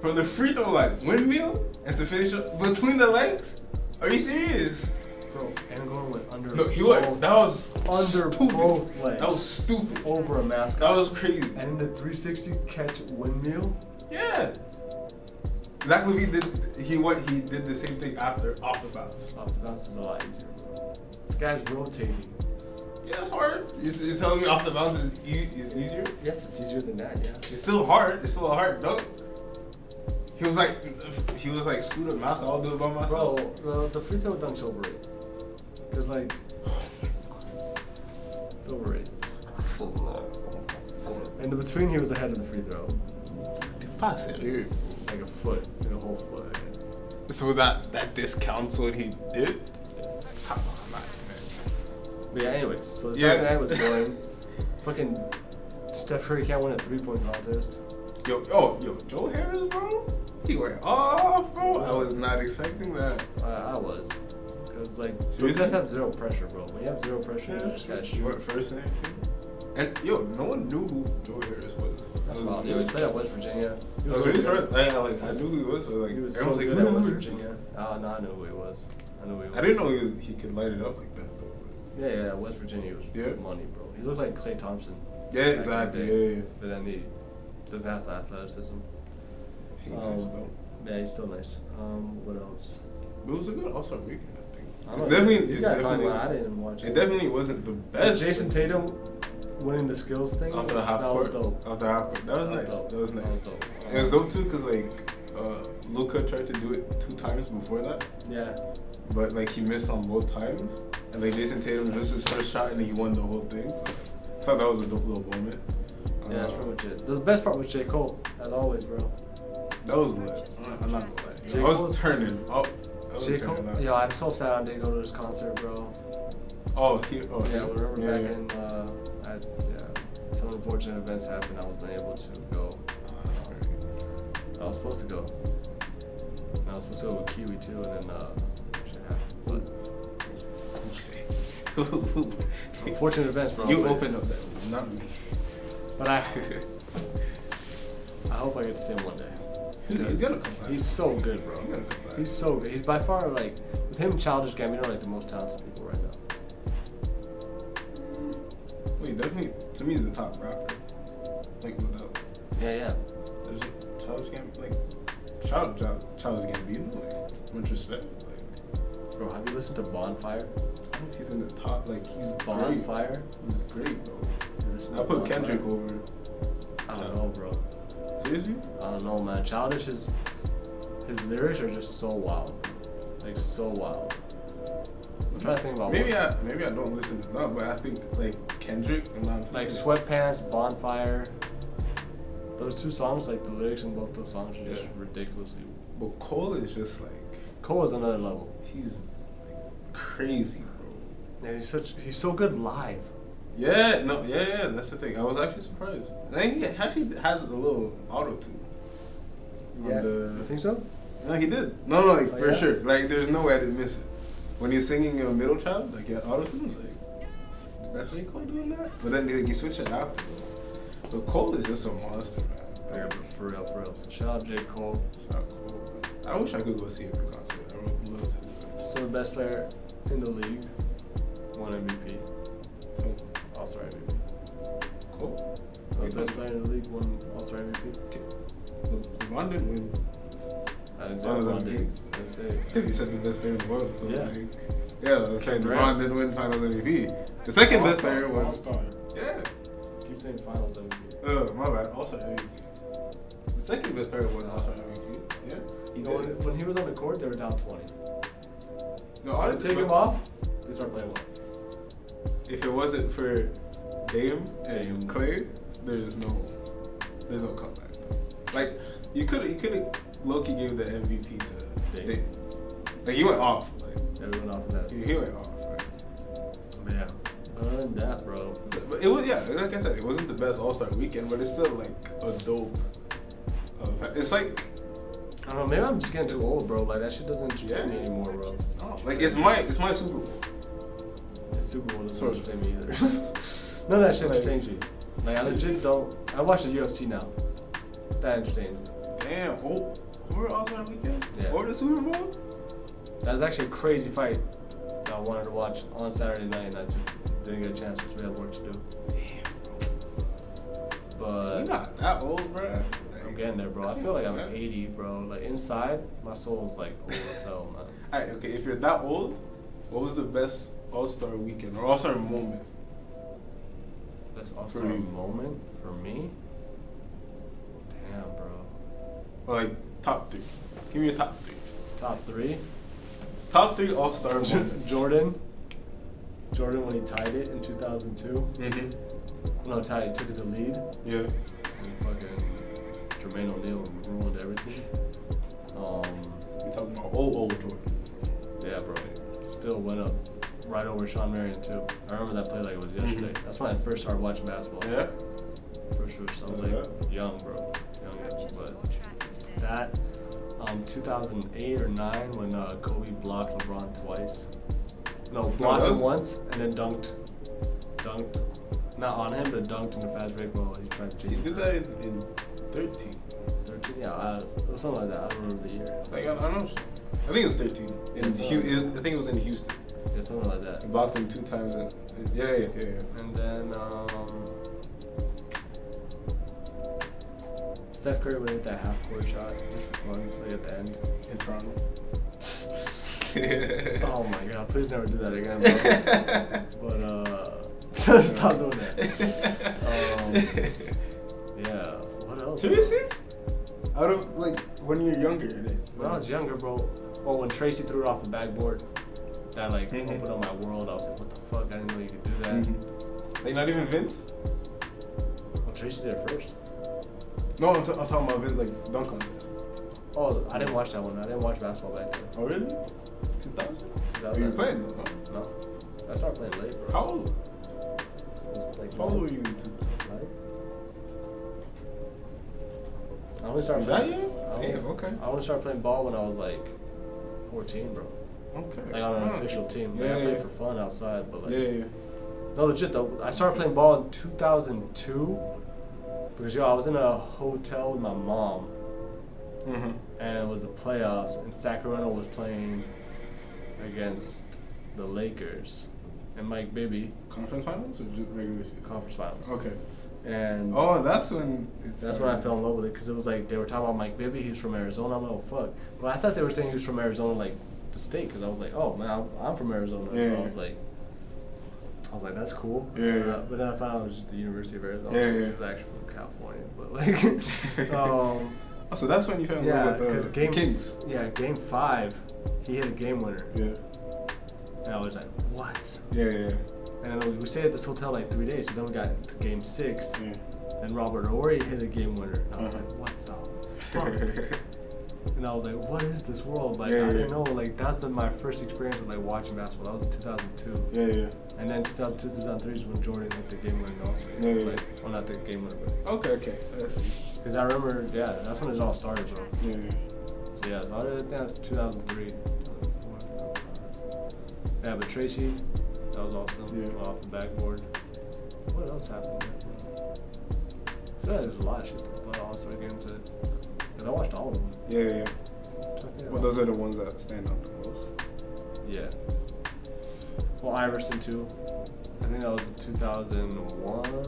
S5: from the free throw line, windmill, and to finish up between the legs. Are you serious?
S2: Bro, Aaron Gordon went under.
S5: No, he was.
S2: both-
S5: That was
S2: Under
S5: stupid.
S2: both legs.
S5: That was stupid.
S2: over a mask.
S5: That was crazy.
S2: And in the 360 catch windmill.
S5: Yeah. Zach Levine did he what he did the same thing after off the bounce.
S2: Off the bounce is a lot easier, bro. The guy's rotating.
S5: Yeah, that's hard. You, you telling me off the bounce is, e- is easier?
S2: Yes, it's easier than that. Yeah.
S5: It's still hard. It's still a hard dunk. He was like he was like screwed up mouth. I'll do it by myself.
S2: Bro, the, the free throw dunk's overrated. Cause like, it's overrated. And the between he was ahead of the free throw,
S5: Pass it.
S2: like a foot, like a whole foot. ahead.
S5: So that that discounts what he did. Come on, man.
S2: But yeah, anyways, so the
S5: Yeah.
S2: Saturday night was boring. Fucking Steph Curry can't win a three point contest.
S5: Yo, oh, yo, Joe Harris, bro. He went off, bro. I was not expecting that.
S2: Uh, I was. Cause like you
S5: Seriously?
S2: guys have zero pressure, bro. When you have zero pressure, you just gotta
S5: He
S2: shoot.
S5: went first and everything. And yo, no one knew who Joe Harris was.
S2: That's
S5: I was
S2: wild. He
S5: really-
S2: was played at West Virginia.
S5: I was really surprised. Like, I, like, I knew who he was. So, like,
S2: He was so
S5: everyone's
S2: good
S5: like,
S2: at
S5: who
S2: West
S5: is this?
S2: Virginia. Oh, no, I knew who he was. I knew who he was.
S5: I didn't know he, was, he could light it up like that. Though.
S2: Yeah, yeah, West Virginia was
S5: Yeah.
S2: money, bro. He looked like Clay Thompson. back in
S5: Yeah,
S2: the
S5: exactly.
S2: day.
S5: Yeah, yeah.
S2: But then he doesn't have the athleticism.
S5: He
S2: Um,
S5: nice though.
S2: Yeah, he's still nice. Um, what else?
S5: It was a good All Star weekend, I think.
S2: I
S5: It's
S2: don't-
S5: definitely,
S2: you
S5: it
S2: gotta talk
S5: definitely,
S2: about it. I didn't watch it.
S5: it definitely wasn't the best.
S2: Jason Tatum winning the skills thing.
S5: Off the half
S2: that
S5: court.
S2: was dope.
S5: Off the half court. That was
S2: That was
S5: nice.
S2: dope.
S5: That was
S2: That
S5: nice.
S2: was dope.
S5: And it's dope too, cause like uh, Luca tried to do it two times before that,
S2: Yeah.
S5: but like he missed on both times, and like Jason Tatum missed his first shot and he won the whole thing. So I thought that was a dope little moment.
S2: Yeah, that's
S5: Uh,
S2: pretty much it. The best part was J. Cole, as always, bro.
S5: That was lit. I'm not, I'm not gonna lie.
S2: J.
S5: I was
S2: Cole's-
S5: turning up. I was
S2: J.
S5: turning
S2: Cole?
S5: up.
S2: Yeah, I'm so sad I didn't go to his concert, bro.
S5: Oh, here. Oh,
S2: yeah,
S5: here.
S2: we were
S5: yeah,
S2: back
S5: yeah.
S2: in, uh, I, yeah, some unfortunate events happened. I was unable to go. I was supposed to go. And I was supposed to go with Kiwi too, and then, uh, shit happened.
S5: Okay.
S2: Unfortunate events, bro.
S5: You
S2: but-
S5: opened up that, one, not me.
S2: But I, I hope I get to see him one day.
S5: He- he's gonna come back.
S2: He's so good, bro.
S5: He's gonna come back.
S2: He's so good. He's by far like with him, and Childish Gambino are like the most talented people right now.
S5: Wait, definitely to me he's the top rapper. Like without
S2: Yeah, yeah.
S5: there's Childish Gambino, like Child Child Childish Gambino, like much respect. Like
S2: Bro, have you listened to Bonfire?
S5: I think he's in the top. Like he's great.
S2: Bonfire.
S5: He's great though.
S2: You listen to
S5: I put
S2: Bonfire?
S5: Kendrick over.
S2: I don't know, bro.
S5: Seriously?
S2: I don't know, man. Childish is his lyrics are just so wild. Like so wild. I'm trying to think about
S5: Maybe
S2: what-
S5: I maybe I don't listen enough, but I think like Kendrick and Lon
S2: like
S5: Peter-
S2: sweatpants, bonfire. Those two songs, like the lyrics in both those songs, are just
S5: Yeah.
S2: ridiculously.
S5: But Cole is just like
S2: Cole is another level.
S5: he's like crazy, bro.
S2: And he's such he's so good live.
S5: Yeah, no, yeah, yeah. That's the thing. I was actually surprised. I think he actually has a little auto tune.
S2: Yeah. You think so?
S5: No, he did. No, no, like
S2: Oh,
S5: for
S2: yeah?
S5: sure. Like there's no way I didn't miss it. When he's singing uh, Middle Child, like yeah, auto tune was like, that's really Cole doing that. But then like, he switched it after. But Cole is just a monster, man. Like,
S2: For real, for real. So shout out J. Cole.
S5: shout out Cole. I wish I could go see him in concert. I would love to. do that.
S2: Still the best player in the league. One MVP.
S5: So,
S2: All star MVP.
S5: Cole.
S2: So
S5: You
S2: the best
S5: think-
S2: player in the league, one all star MVP.
S5: Okay. LeBron didn't win.
S2: I didn't say
S5: Oh, is that
S2: LeBron did.
S5: me?
S2: I didn't say it.
S5: He said the best player in the world. So
S2: Yeah.
S5: like, yeah, I'm saying
S2: Right.
S5: LeBron didn't win Finals MVP. The second best
S2: All-star,
S5: player was
S2: All-star.
S5: yeah.
S2: Keep saying finals MVP.
S5: Oh my bad. Also MVP. The second best player was also MVP. Yeah, he
S2: You know, when,
S5: did.
S2: when he was on the court, they were down 20.
S5: No,
S2: I
S5: honestly,
S2: take him
S5: but
S2: off, they start playing well.
S5: If it wasn't for Dame and
S2: Dame.
S5: Clay, there's no, there's no comeback. Like you could, you could have Loki gave the MVP to
S2: Dame.
S5: Dame. Like he went off. Like
S2: Everyone off of that.
S5: he he went off. Like,
S2: Man. Other than that, bro.
S5: But it was yeah, like I said, it wasn't the best All Star weekend, but it's still like a dope. Uh, it's like
S2: I don't know, maybe I'm just getting too old, bro. Like, that shit doesn't entertain me
S5: Yeah.
S2: anymore, bro.
S5: oh, like it's my it's my Super Bowl.
S2: The Super Bowl doesn't
S5: Sort of.
S2: entertain me either. None of that shit entertains me. Like, I legit don't. I watch the UFC now. That entertains me.
S5: Damn, oh, over All Star weekend
S2: Yeah.
S5: or the Super Bowl?
S2: That was actually a crazy fight that I wanted to watch on Saturday night, and I just didn't get a chance because we had work to do. But
S5: You're not that old, bro. Like,
S2: I'm getting there, bro. I
S5: come
S2: feel
S5: on,
S2: like I'm
S5: man.
S2: 80, bro. Like inside, my soul's like old as hell, man.
S5: Alright, okay. If you're that old, what was the best All Star weekend or All Star moment?
S2: That's also
S5: For
S2: a
S5: you.
S2: moment for me. Damn, bro.
S5: Or like top three? Give me your top three.
S2: Top three.
S5: Top three All Star moments.
S2: Jordan. Jordan when he tied it in 2002.
S5: hmm
S2: No, tied it, took it to lead.
S5: Yeah.
S2: And fucking Jermaine O'Neal ruined everything. Um,
S5: You're talking about old old Jordan.
S2: yeah, bro. Still went up right over Sean Marion too. I remember that play like it was yesterday. That's when I first started watching basketball.
S5: Mm-hmm. Yeah.
S2: First year, so I was
S5: Okay.
S2: like young, bro. Young, young,
S3: Purchase your
S2: but
S3: tracks today.
S2: that um, 2008 or 9 when uh, Kobe blocked LeBron twice. No, blocked
S5: that
S2: him
S5: was-
S2: once and then dunked. Dunked. Not on him, but dunked in the fast break while he tried to chase
S5: He
S2: him
S5: did
S2: down.
S5: that in, in 13.
S2: 13? Yeah, I, it was something like that. I don't remember the year.
S5: Like I, I don't. I think it was 13. In
S2: It's, uh,
S5: Hu- I think it was in Houston.
S2: Yeah, something like
S5: He
S2: that.
S5: blocked him two times. In, yeah, yeah, yeah. yeah.
S2: And then um, Steph Curry would hit that half court shot just for fun, like at the end.
S5: In Toronto.
S2: oh my god, please never do that again, bro. But uh, stop doing that.
S5: Um,
S2: Yeah. What else?
S5: Seriously? Out of like when you're younger, it is.
S2: When I was younger, bro. Well, when Tracy threw it off the backboard, that like
S5: Mhm.
S2: opened up my world. I was like, what the fuck? I didn't know you could do that.
S5: Mhm. Like not even Vince?
S2: Well, Tracy did it first.
S5: No, I'm, t- I'm talking about Vince like dunk contest.
S2: Oh, I didn't watch that one. I didn't watch basketball back then.
S5: Oh really? 2000? Were
S2: 2000.
S5: you playing? though,
S2: No, I started playing late,
S5: huh?
S2: bro.
S5: How old?
S2: It was, like,
S5: How old were you? in two-
S2: Like, I only started
S5: That
S2: playing.
S5: young?
S2: I only-
S5: Damn, okay.
S2: I only started playing ball when I was like 14, bro.
S5: Okay.
S2: Like on an
S5: Oh.
S2: official team. Like,
S5: Yeah,
S2: I
S5: yeah.
S2: played for fun outside, but like.
S5: yeah, yeah.
S2: No, legit though. I started playing ball in 2002 because yo, I was in a hotel with my mom,
S5: Mm-hmm.
S2: and it was the playoffs, and Sacramento was playing against the Lakers and Mike Bibby
S5: Conference finals or just regular season?
S2: conference finals.
S5: Okay.
S2: And
S5: Oh, that's when it's.
S2: that's when I fell in love with it because it was like they were talking about Mike Bibby. He's from Arizona. I'm like, oh fuck. But I thought they were saying he was from Arizona, like the state, because I was like, oh man, I'm- I'm from Arizona.
S5: Yeah.
S2: So I was like. I was like, that's cool.
S5: Yeah, yeah.
S2: Uh, but then I found out it was just the University of Arizona.
S5: Yeah, yeah.
S2: It was actually from California. But like, um,
S5: Oh, so that's when you found
S2: Yeah,
S5: love with
S2: because
S5: the
S2: game
S5: Kings.
S2: Yeah, game five, he hit a game winner,
S5: Yeah.
S2: and I was like, what?
S5: Yeah, yeah,
S2: And then we stayed at this hotel like three days. So then we got to game six,
S5: yeah.
S2: and Robert Ory hit a game winner. And I was
S5: Uh-huh.
S2: like, what the
S5: yeah.
S2: fuck? and I was like, what is this world? Like,
S5: Yeah,
S2: I
S5: yeah,
S2: didn't
S5: yeah.
S2: know. Like, that's the, my first experience with like watching basketball. That was in 2002.
S5: yeah, yeah.
S2: And then 2002, 2003 is when Jordan hit the game winner also.
S5: Yeah, yeah.
S2: Like, well, not the game winner, but
S5: Okay, okay. I see.
S2: because I remember, yeah, that's when it all started, bro.
S5: Yeah,
S2: So yeah, so I think that was 2003, 2004. Yeah, but Tracy, that was awesome.
S5: Yeah.
S2: Off the backboard. What else happened? I feel like there's a lot of shit. A lot of All-Star games that, because I watched all of them.
S5: yeah, yeah. yeah.
S2: So I think I
S5: Well, those
S2: watched-
S5: are the ones that stand out the most.
S2: Yeah. Well, Iverson too. I think that was the 2001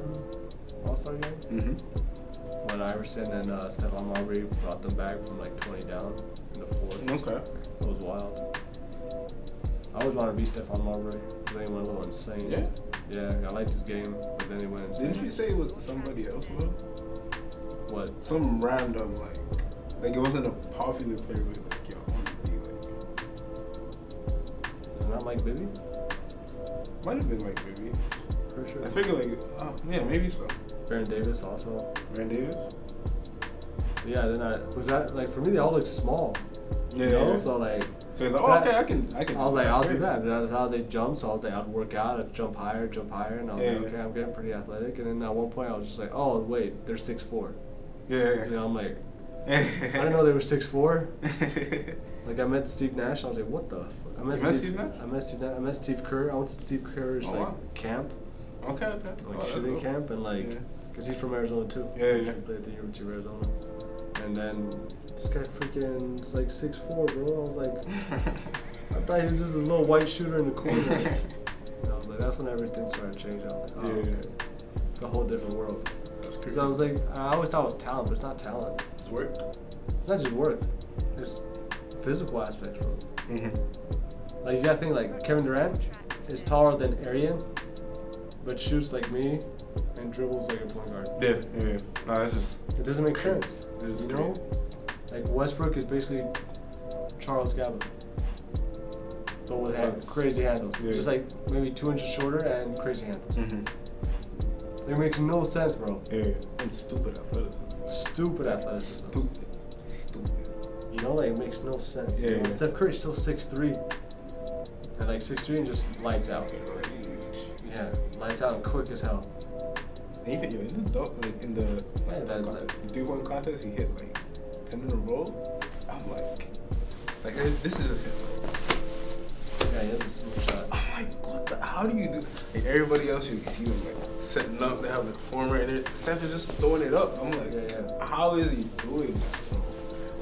S2: All-Star game.
S5: Mm-hmm.
S2: when Iverson and uh, Stephon Marbury brought them back from like 20 down in the fourth.
S5: Okay.
S2: It was wild. I always wanted to be Stephon Marbury. Then he went a little insane.
S5: Yeah?
S2: Yeah, I liked his game, but then he went insane.
S5: Didn't you say it was somebody else, bro?
S2: What?
S5: Some random, like, like it wasn't a popular player, but like, yo, I want to be like.
S2: Is it not Mike Bibby?
S5: Might have been like maybe.
S2: Pretty sure.
S5: I figure like, oh, yeah, maybe so.
S2: Baron Davis also.
S5: Rand Davis.
S2: But yeah, then I was that like for me they all look small.
S5: Yeah.
S2: You know?
S5: yeah.
S2: So like
S5: So he's like, oh, okay, I can, I
S2: I
S5: can.
S2: was like, I'll do
S5: Great.
S2: that. That's how they jump. So I was like, I'd work out, I'd jump higher, jump higher, and I was
S5: Yeah,
S2: like,
S5: yeah.
S2: okay, I'm getting pretty athletic. And then at one point, I was just like, oh wait, they're six four.
S5: Yeah.
S2: You know, I'm like,
S5: I
S2: I didn't know they were six four.
S5: were.
S2: Like I met Steve Nash, I was like, what the? Fuck? I
S5: You met Steve Nash?
S2: I met Steve Nash. I met Steve Kerr. I went to Steve Kerr's
S5: Oh,
S2: like
S5: wow.
S2: camp,
S5: okay, okay.
S2: like
S5: Oh, that's
S2: shooting
S5: dope.
S2: camp, and like,
S5: Yeah.
S2: cause he's from Arizona too.
S5: Yeah, yeah, yeah.
S2: He played at the University of Arizona, and then this guy freaking is like six four, bro. I was like, I thought he was just this little white shooter in the corner. and I was like, that's when everything started changing. I was like, oh,
S5: Yeah, yeah.
S2: okay. it's a whole different world.
S5: That's
S2: Cause I was like, I always thought it was talent, but it's not talent.
S5: it's work.
S2: It's not just work. It's physical aspects, bro.
S5: Mm-hmm.
S2: Like you gotta think like Kevin Durant is taller than Arian, but shoots like me and dribbles like a point guard.
S5: Yeah, yeah, yeah. No, that's just.
S2: It doesn't make sense. Mm-hmm.
S5: It is
S2: you know? Like Westbrook is basically Charles Gavin. But with hand,
S5: That's-
S2: crazy handles.
S5: yeah.
S2: Just like maybe two inches shorter and crazy handles.
S5: Mm-hmm.
S2: It makes no sense, bro.
S5: Yeah. And stupid athleticism.
S2: Stupid athleticism.
S5: Stupid. Stupid.
S2: You know, like it makes no sense.
S5: Yeah,
S2: you know?
S5: yeah.
S2: Steph Curry's still 6'3. And like 6'3 and just lights out. Yeah, lights out and quick as hell.
S5: Even yo, in the dog, like in the
S2: Yeah,
S5: like,
S2: that-
S5: contest, the three one contest, he hit like ten in a row. I'm like, like eh, this is just him.
S2: Yeah, he has a smooth shot.
S5: I'm like, what the? How do you do? Like everybody else, you see them like setting up. They have like former, and they're- Steph is just throwing it up. I'm like,
S2: Yeah, yeah.
S5: how is he doing this, bro?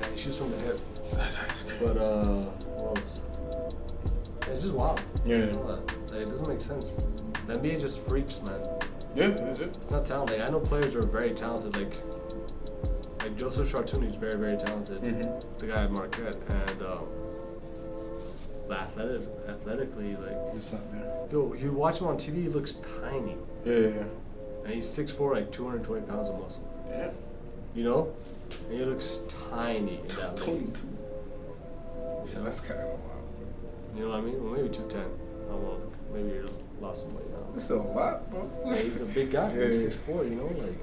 S2: Yeah, he shoots from the hip.
S5: That is crazy.
S2: But uh, well, it's it's just wild.
S5: Yeah.
S2: You know that? Like, it doesn't make sense. The NBA just freaks, man.
S5: yeah, that's it.
S2: It's not talent. Like I know players who are very talented. Like like Joseph Chartouni is very very talented.
S5: Mhm.
S2: The guy at Marquette and um, but athletic athletically like
S5: It's not there.
S2: yo, you watch him on TV, he looks tiny,
S5: Yeah, yeah,
S2: and he's 6'4", like two hundred twenty pounds of muscle.
S5: yeah.
S2: You know, and he looks tiny. In that league.
S5: Twenty-two. Yeah, that's kind of wild. Bro.
S2: You know what I mean? Well, maybe 210. I don't know. Maybe you lost some weight now.
S5: That's a lot, bro.
S2: Yeah, he's a big guy.
S5: Yeah,
S2: He's
S5: yeah.
S2: 6'4, you know? Like,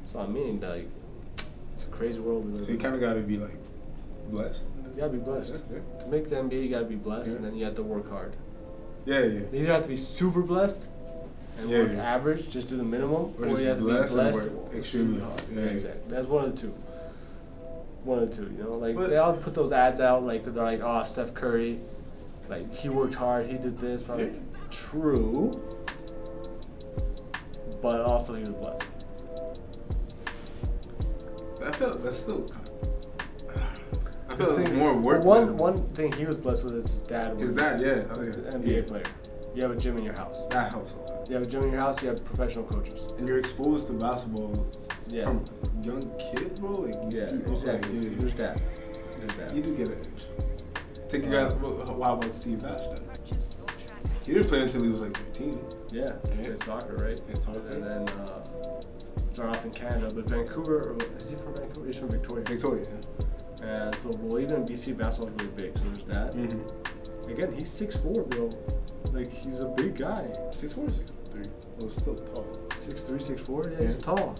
S2: that's what I mean. Like, it's a crazy world we live
S5: So you
S2: in.
S5: kind of gotta be like blessed.
S2: You gotta be blessed.
S5: That's it.
S2: To make the NBA, you gotta be blessed,
S5: Yeah.
S2: and then you have to work hard.
S5: Yeah, yeah.
S2: You either have to be super blessed and
S5: Yeah,
S2: work
S5: yeah.
S2: average, just do the minimum,
S5: Or
S2: or,
S5: just
S2: you have to
S5: blessed
S2: be
S5: and
S2: blessed
S5: work
S2: and
S5: extremely
S2: super
S5: hard.
S2: Yeah,
S5: Yeah.
S2: exactly. That's one of the two. One of the two, you know? Like,
S5: But-
S2: they all put those ads out, like, they're like, oh, Steph Curry, like, he worked hard, he did this, probably.
S5: Yeah.
S2: True. But also, he was blessed.
S5: I feel that's still. kind I
S2: This
S5: feel it's
S2: thing-
S5: more work.
S2: One
S5: than-
S2: one thing he was blessed with is his dad. was-
S5: His dad, yeah. I was
S2: was an
S5: gonna-
S2: NBA
S5: yeah.
S2: player. You have a gym in your house.
S5: That helps a lot.
S2: You have a gym in your house. You have professional coaches.
S5: And you're exposed to basketball
S2: Yeah.
S5: from a young kid, bro. Like you see, all that,
S2: exactly.
S5: yeah.
S2: There's that. There's that.
S5: You do get an edge. Take you
S2: Yeah.
S5: guys. Well, how about Steve Nash then?
S3: Purchase your tracks
S5: He didn't play until he was like 13.
S2: Yeah.
S5: Yeah.
S2: It's soccer, right?
S5: It's soccer.
S2: And then uh, start off in Canada, but Vancouver, or is he from Vancouver? He's from Victoria.
S5: Victoria.
S2: And so, well, even in BC, basketball's really big, so there's that.
S5: Mm-hmm.
S2: Again, he's 6'4, bro. Like, he's a big guy.
S5: Six four, six three. It was still tall.
S2: 6'3, 6'4? Yeah, he's
S5: Yeah.
S2: tall.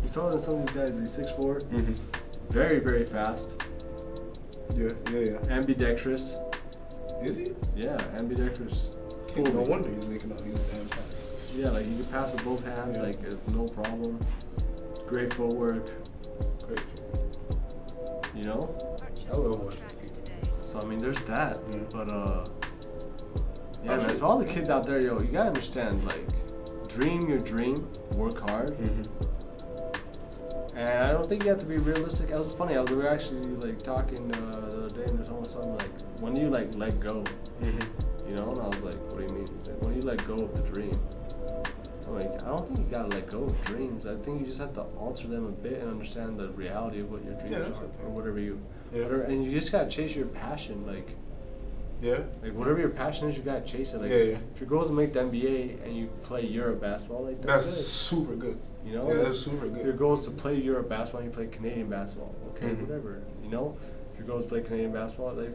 S2: He's taller than some of these guys. but He's 6'4.
S5: Mm-hmm.
S2: Very, very fast.
S5: Yeah, yeah, yeah.
S2: Ambidextrous.
S5: Is he?
S2: Yeah, ambidextrous.
S5: No
S2: Fully.
S5: wonder he's making all these damn passes.
S2: Yeah, like he can pass with both hands,
S5: Yeah.
S2: like uh, no problem. Great footwork,
S5: Great.
S2: you know.
S5: Hello,
S2: So I mean, there's that.
S5: Yeah.
S2: But uh, yeah,
S5: Actually-
S2: man. So all the kids out there, yo, you gotta understand, like, dream your dream, work hard,
S5: Mm-hmm.
S2: and I don't think you have to be realistic. It was funny. I was we were actually like talking uh, the other day, and there's almost something like, when do you like let go?
S5: Mm-hmm.
S2: You know, and I was like, what do you mean? He's like, when you let go of the dream, I'm like, I don't think you gotta let go of dreams. I think you just have to alter them a bit and understand the reality of what your dreams
S5: Yeah, that's the
S2: are, or
S5: thing.
S2: whatever you,
S5: Yeah.
S2: whatever, and you just gotta chase your passion. Like,
S5: Yeah.
S2: like whatever your passion is, you gotta chase it. Like,
S5: Yeah, yeah.
S2: if your goal is to make the NBA and you play Euro basketball, like
S5: That's
S2: that's,
S5: super good.
S2: good. You know,
S5: yeah, that's super
S2: If
S5: good.
S2: your goal is to play Euro basketball, and you play Canadian basketball. Okay,
S5: Mhm.
S2: whatever. You know, if your goal is to play Canadian basketball, like.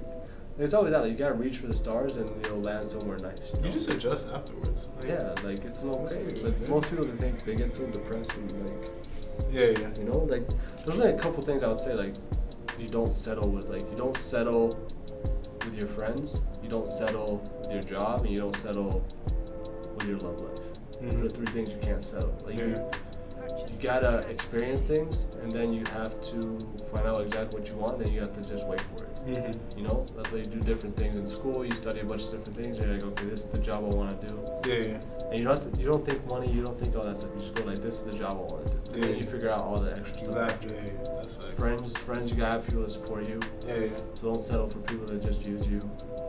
S2: It's always that like, you gotta reach for the stars and you'll land somewhere nice.
S5: You
S2: know?
S5: just adjust afterwards. Like,
S2: Yeah, like it's an okay.
S5: That's
S2: Like
S5: good.
S2: most people they think they get so depressed and like
S5: Yeah, yeah.
S2: you know, like there's only a couple things I would say like you don't settle with like you don't settle with your friends, you don't settle with your job, and you don't settle with your love life. Those are the
S5: Mhm.
S2: three things you can't settle. Like you,
S5: Yeah.
S2: you gotta experience things and then you have to find out exactly what you want, then you have to just wait for it.
S5: Mm-hmm.
S2: You know, that's why you do different things in school. You study a bunch of different things. And you're like, okay, this is the job I want to do.
S5: Yeah, yeah.
S2: And you don't have to, you don't think money, you don't think all that stuff. You just go like, this is the job I want to do. And then
S5: Yeah.
S2: you figure out all the extra stuff.
S5: Exactly. Yeah, yeah. That's facts.
S2: Friends, friends, you gotta have people that support you.
S5: Yeah, yeah.
S2: So don't settle for people that just use you.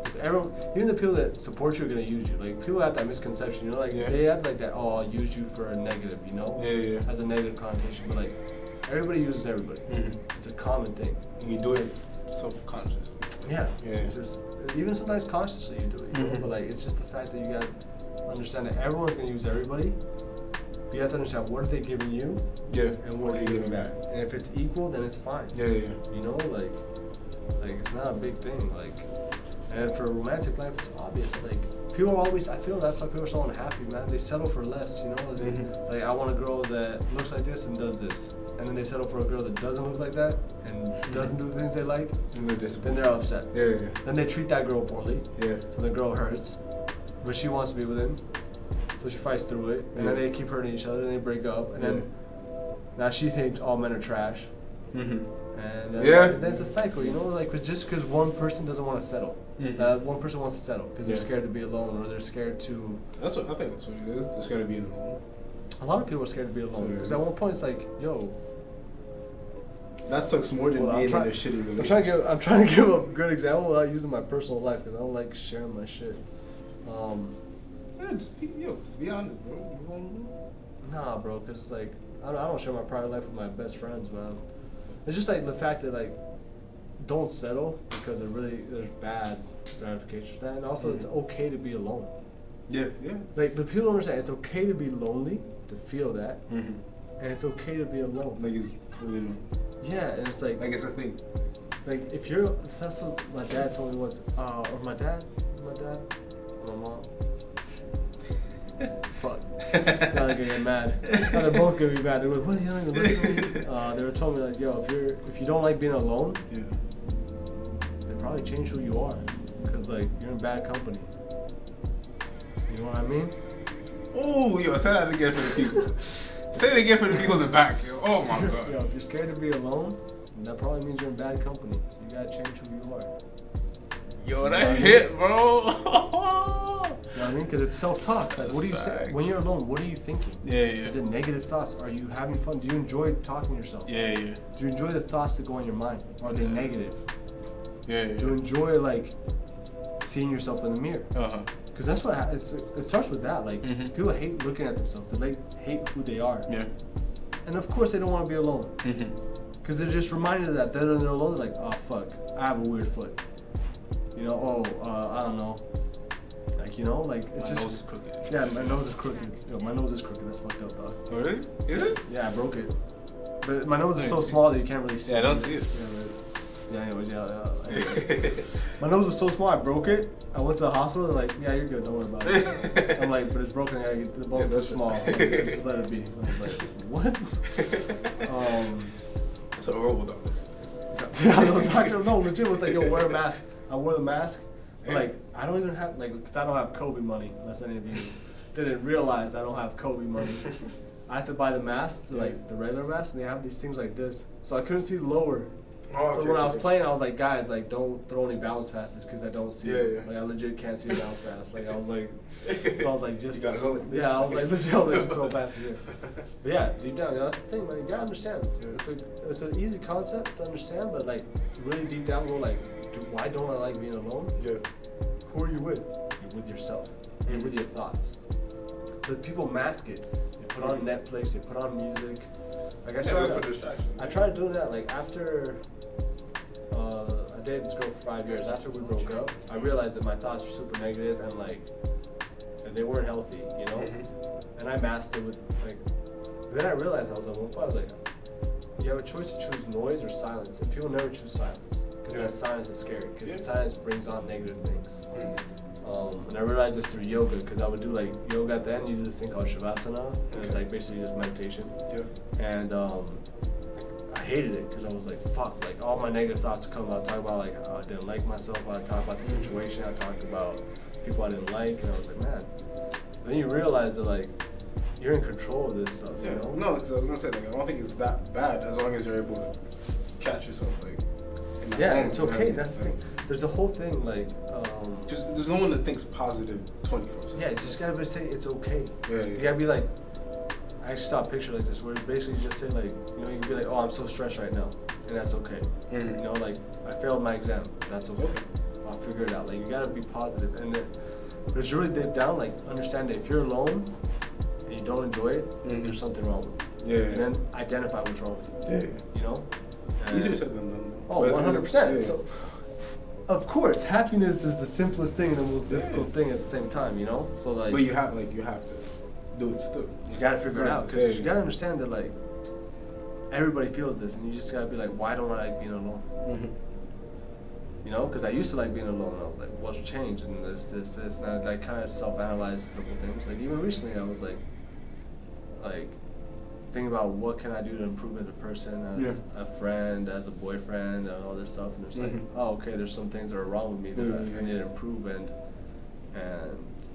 S2: Because everyone, even the people that support you are gonna use you. Like people have that misconception. You know, like
S5: Yeah.
S2: they have like that. Oh, I'll use you for a negative. You know,
S5: Yeah, yeah.
S2: has a negative connotation. But like, everybody uses everybody.
S5: Mm-hmm.
S2: It's a common thing.
S5: We do it subconsciously.
S2: Yeah.
S5: Yeah.
S2: It's just even sometimes consciously you do it, you know?
S5: Mhm.
S2: but like it's just the fact that you got to understand that everyone's gonna use everybody. But you have to understand what are they giving you
S5: Yeah.
S2: and what are they giving back. And if it's equal, then it's fine.
S5: Yeah, yeah, yeah.
S2: You know, like like it's not a big thing. Like and for romantic life, it's obvious. Like people always, I feel that's why people are so unhappy, man. They settle for less. You know, They-
S5: Mhm.
S2: like I want a girl that looks like this and does this, and then they settle for a girl that doesn't look like that and doesn't do the things they like.
S5: And Mm-hmm. they're
S2: Then
S5: disappointed.
S2: they're upset.
S5: Yeah, yeah,
S2: Then they treat that girl poorly.
S5: yeah.
S2: So the girl hurts, but she wants to be with him. So she fights through it, and then
S5: Yeah.
S2: they keep hurting each other, and they break up, and then now she thinks all men are trash,
S5: Yeah. Mm-hmm.
S2: and uh,
S5: Yeah.
S2: that's a cycle, you know. Like but just because one person doesn't want to settle,
S5: Mhm.
S2: uh, one person wants to settle because they're
S5: Yeah. Oh.
S2: scared to be alone, or they're scared to.
S5: That's what I think. That's what it is. It's gonna be in the home.
S2: A lot of people are scared to be alone because at one point it's like, yo,
S5: That sucks more than
S2: Well, I'm
S5: being
S2: try-
S5: in a shitty relationship.
S2: I'm trying to give I'm trying to give a good example without using my personal life because I don't like sharing my shit. Um,
S5: Yeah, just be, yo, just be honest, bro. You want
S2: Nah, bro, because it's like, I don't, I don't share my private life with my best friends, man. It's just like the fact that, like, don't settle because it really, there's bad ramifications for that. And also, it's
S5: Mhm.
S2: okay to be alone.
S5: Yeah, yeah.
S2: Like, but people don't understand, it's okay to be lonely, to feel that,
S5: Mm-hmm.
S2: and it's okay to be alone.
S5: Like it's really normal.
S2: yeah, and it's like,
S5: Like it's a thing.
S2: like if you're that's what my dad told me was uh or my dad my dad my mom fuck now they're gonna get mad now they're both gonna be mad they're like what are you not gonna listen to me?" uh they were telling me like yo if you're if you don't like being alone
S5: Yeah.
S2: then probably change who you are because like you're in bad company you know what i mean
S5: Oh, yo, say that again for the people. say it again for the people in the back. Yo. Oh my god.
S2: yo if you're scared to be alone that probably means you're in bad company so you gotta change who you are
S5: Yo, that hit, bro.
S2: you know what i mean because it's self-talk like what do you
S5: That's
S2: say
S5: facts.
S2: when you're alone what are you thinking
S5: yeah, yeah.
S2: Is it negative thoughts? Are you having fun? Do you enjoy talking to yourself?
S5: Yeah, yeah.
S2: Do you enjoy the thoughts that go in your mind? Are they
S5: Yeah.
S2: negative?
S5: Yeah,
S2: Do you enjoy like seeing yourself in the mirror?
S5: Uh huh.
S2: Because that's what ha- it's, it starts with that. Like
S5: Mhm.
S2: people hate looking at themselves. They like, hate who they are.
S5: Yeah.
S2: And of course they don't want to be alone.
S5: Mm-hmm.
S2: Because they're just reminded of that. Then when they're alone, they're like, oh fuck, I have a weird foot. You know, oh, uh, I don't know. Like you know? Like
S5: My
S2: it's just
S5: nose is crooked.
S2: Yeah, my nose is crooked. Yo, my nose is crooked. That's fucked up, dog.
S1: Oh, really? Is it?
S2: Yeah, I broke it. But my nose is so
S1: Nice.
S2: small that you can't really see.
S1: Yeah, I don't
S2: it.
S1: see it.
S2: Yeah, but- yeah, anyways, yeah. yeah anyways. my nose was so small, I broke it. I went to the hospital. They're like, "Yeah, you're good. Don't worry about it." I'm like, "But it's broken. I gotta get the bone's
S5: It's
S2: too
S5: just-
S2: small. Like, just let it be." I was like, "What?" Um,
S5: It's a horrible doctor.
S2: I was a doctor. No, legit was like, "Yo, wear a mask." I wore the mask. but,
S5: Yeah.
S2: Like, I don't even have like, 'cause I don't have Kobe money. Unless any of you didn't realize I don't have Kobe money. I had to buy the mask, the, like the regular mask, and they have these things like this. So I couldn't see lower.
S5: Oh,
S2: so
S5: okay,
S2: when I was
S5: okay.
S2: playing, I was like, guys, like don't throw any bounce passes because I don't see
S5: Yeah,
S2: it.
S5: yeah.
S2: Like I legit can't see a bounce pass. Like I was like, so I was like, just
S5: You gotta go like this.
S2: yeah, I was like legit I was like, just throw passes here. But yeah, deep down, you know, that's the thing, man. You gotta understand.
S5: Yeah.
S2: It's a it's an easy concept to understand, but like really deep down, go like, do, why don't I like being alone?
S5: yeah.
S2: Who are you with? You're with yourself. You're with your thoughts. But people mask it. They put on Netflix. They put on music. Like I
S5: Yeah,
S2: started.
S5: that's for distraction.
S2: I tried doing that. Like after uh, I dated this girl for five years. After we broke up, I realized that my thoughts were super negative and like and they weren't healthy. You know.
S5: Mm-hmm.
S2: And I masked it with like. Then I realized I was like, one point I was like, you have a choice to choose noise or silence, and people never choose silence because
S5: Yeah.
S2: that silence is scary because
S5: Yeah.
S2: silence brings on negative things. Um, and I realized this through yoga because I would do like yoga at the end. You do this thing called shavasana, and it's
S5: Okay.
S2: like basically just meditation.
S5: Yeah.
S2: And um, I hated it because I was like, fuck, like all my negative thoughts would come out. Talk about like how I didn't like myself. I talked about the situation. I talked about people I didn't like, and I was like, man. Then you realize that like you're in control of this stuff.
S5: Yeah.
S2: You know?
S5: No, because I was gonna say like I don't think it's that bad as long as you're able to catch yourself like. in the
S2: Yeah,
S5: moment,
S2: it's
S5: you know what I
S2: okay.
S5: mean?
S2: That's the
S5: Like,
S2: thing. There's a whole thing like. Um,
S5: Just there's no one that thinks positive twenty four.
S2: Yeah, you just gotta be- say it's okay.
S5: Yeah, yeah.
S2: You gotta be like, I actually saw a picture like this where you basically just say like, you know, you can be like, oh, I'm so stressed right now, and that's okay.
S5: Mhm.
S2: You know, like I failed my exam, that's okay. I'll figure it out. Like you gotta be positive, and it, but it's really deep down, like understand that if you're alone and you don't enjoy it,
S5: Mhm.
S2: there's something wrong with you.
S5: Yeah.
S2: And then identify what's wrong with you.
S5: Yeah.
S2: You know.
S5: Easier
S2: And-
S5: said than done. though.
S2: Oh,
S5: But
S2: one hundred
S5: it's- yeah.
S2: percent. So, of course, happiness is the simplest thing and the most
S5: Yeah.
S2: difficult thing at the same time. You know, so like
S5: But you have like you have to do it still.
S2: you gotta figure it out
S5: Right,
S2: because
S5: yeah.
S2: you gotta understand that like everybody feels this, and you just gotta be like, why don't I like being alone?
S5: Mhm.
S2: You know, because I used to like being alone. I was like, what's changed? And this, this, this, and I like kind of self-analyzed a couple things. Like even recently, I was like, like thinking about what can I do to improve as a person, as
S5: Yeah.
S2: a friend, as a boyfriend, and all this stuff. And it's
S5: Mhm.
S2: like, oh, okay, there's some things that are wrong with me that I-
S5: Mhm.
S2: I need to improve, and and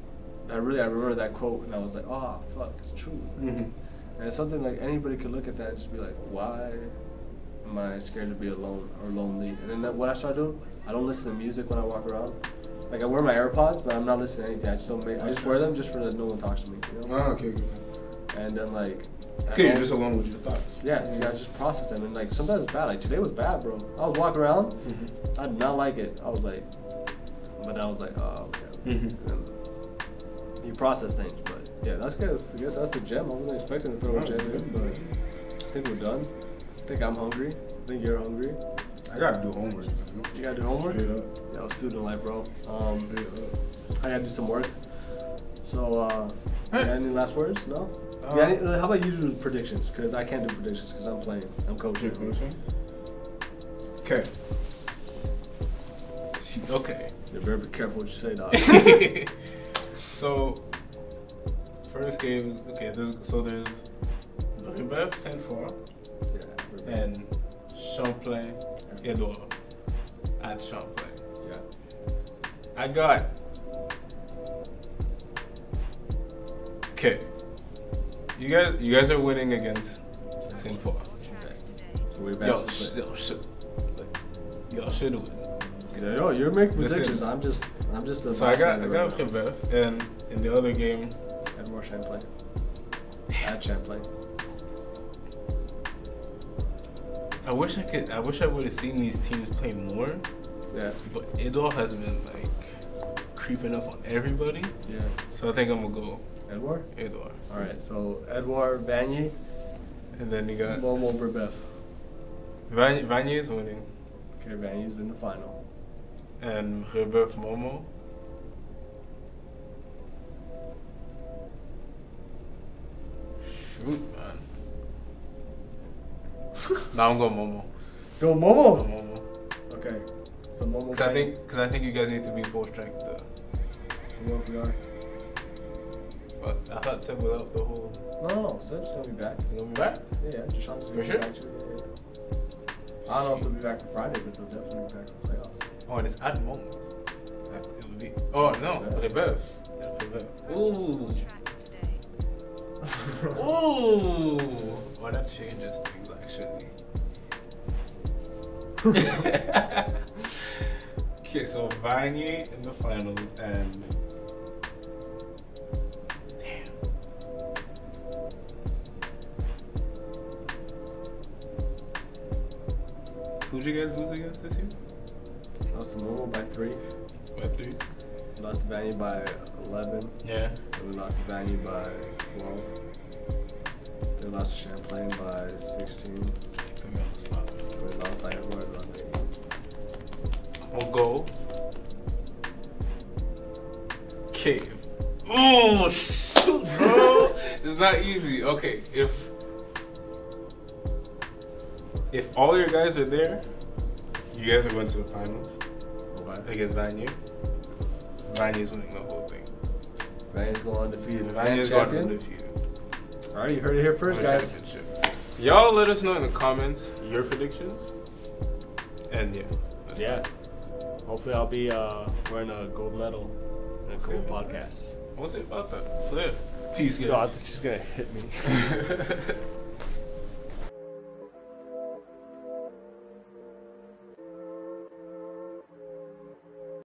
S2: I really I remember that quote, and I was like, oh fuck, it's true. Like,
S5: Mhm.
S2: and it's something like anybody could look at that and just be like, why am I scared to be alone or lonely? And then that- what I started doing, I don't listen to music when I walk around. Like I wear my AirPods, but I'm not listening to anything. I just don't make. I just wear them just for that no one talks to me. You know?
S5: Ah, okay. Okay. okay.
S2: And then like. at
S5: Okay, you're
S2: home-
S5: just alone with your thoughts.
S2: Yeah, you gotta just process them. And like sometimes it's bad. Like today was bad, bro. I was walking around,
S5: Mhm.
S2: I did not like it. I was like, but I was like, oh, okay.
S5: Mhm.
S2: And then you process things, but yeah, that's guess I guess that's the gem. I wasn't expecting to throw a
S5: Oh,
S2: gem in,
S5: good.
S2: but I think we're done. I think I'm hungry. I think you're hungry.
S5: I gotta do homework. You, know?
S2: You gotta do homework.
S5: Straight up.
S2: Yeah, I was student life, bro. Um,
S5: Straight up.
S2: I gotta do some work. So, uh, you
S5: Hey.
S2: got any last words? No.
S5: Uh,
S2: yeah, any- how about you do predictions? Because I can't do predictions because I'm playing. I'm coaching.
S5: Okay. Okay.
S2: You better be careful what you say, dog.
S1: so, first game is okay. There's so there's Rebev Saint Four
S2: yeah.
S1: and Champlain Edouard at Champlain.
S2: yeah.
S1: I got okay. You guys, you guys are winning against Saint Paul.
S3: Tracks today.
S2: So we
S1: Y'all,
S2: back
S1: sh-
S2: to
S1: y'all should, like, y'all should win.
S2: play. Yo, you're making
S1: Listen.
S2: predictions. I'm just, I'm just a.
S1: So I got, I
S2: bystander
S1: got
S2: right
S1: Rebev, and in the other game,
S2: now. Edward Champlain. At Champlain.
S1: I wish I could. I wish I would have seen these teams play more.
S2: Yeah.
S1: But Edouard has been like creeping up on everybody.
S2: Yeah.
S1: So I think I'm gonna go
S2: Edward.
S1: Edouard.
S2: All right. So Edward Vanier,
S1: And then you got
S2: Momo Brebeuf.
S1: Van- Vanier is winning,
S2: Okay, Vanier's in the final.
S1: and Rebev Momo. Root, man. now I'm going Momo.
S2: Go Momo.
S1: Momo.
S2: Okay. So Momo.
S1: Because I
S2: playing-
S1: think, cause I think you guys need to be full strength. Though.
S2: Well, if we are.
S1: But I thought Seb without the whole.
S2: No, no, no. Seb's gonna be back.
S1: You gonna be back?
S2: Yeah, yeah. Deshaun's
S1: For
S2: gonna be
S1: sure?
S2: back too. Yeah, yeah. I don't know if they'll be back for Friday, but they'll definitely be back for playoffs.
S1: Oh, and it's at Momo. Like, It would be. Oh no,
S2: Bev.
S1: okay, Bev. Yeah, okay, Bev. Ooh.
S3: Tracks today.
S1: Ooh. Well, that changes things actually. okay, so Vanier in the finals and. Damn. Who'd you guys lose against this year?
S2: Lost to Momo by three.
S1: By three.
S2: Lost to Vanny by 11.
S1: Yeah.
S2: Then we lost to Vanny by 12. They lost to Champlain by 16. We lost by Edward by 8.
S1: We'll go. Okay. Oh shoot, bro! it's not easy. Okay, if if all your guys are there, you guys are going to the finals
S2: Okay.
S1: against Vanya. Vanya's winning the whole thing.
S2: Vanny's going undefeated.
S1: Vanya's
S2: Grand
S1: going to
S2: champion.
S1: live here.
S2: Alright, you heard it here first,
S1: Win
S2: guys.
S1: championship. Y'all let us know in the comments your predictions. And yeah. that's
S2: Yeah.
S1: that.
S2: Hopefully, I'll be uh, wearing a gold medal in a
S1: See
S2: cool
S1: you.
S2: podcast.
S1: What's it about that? So yeah. Peace,
S2: God, she's gonna hit me.
S1: guys.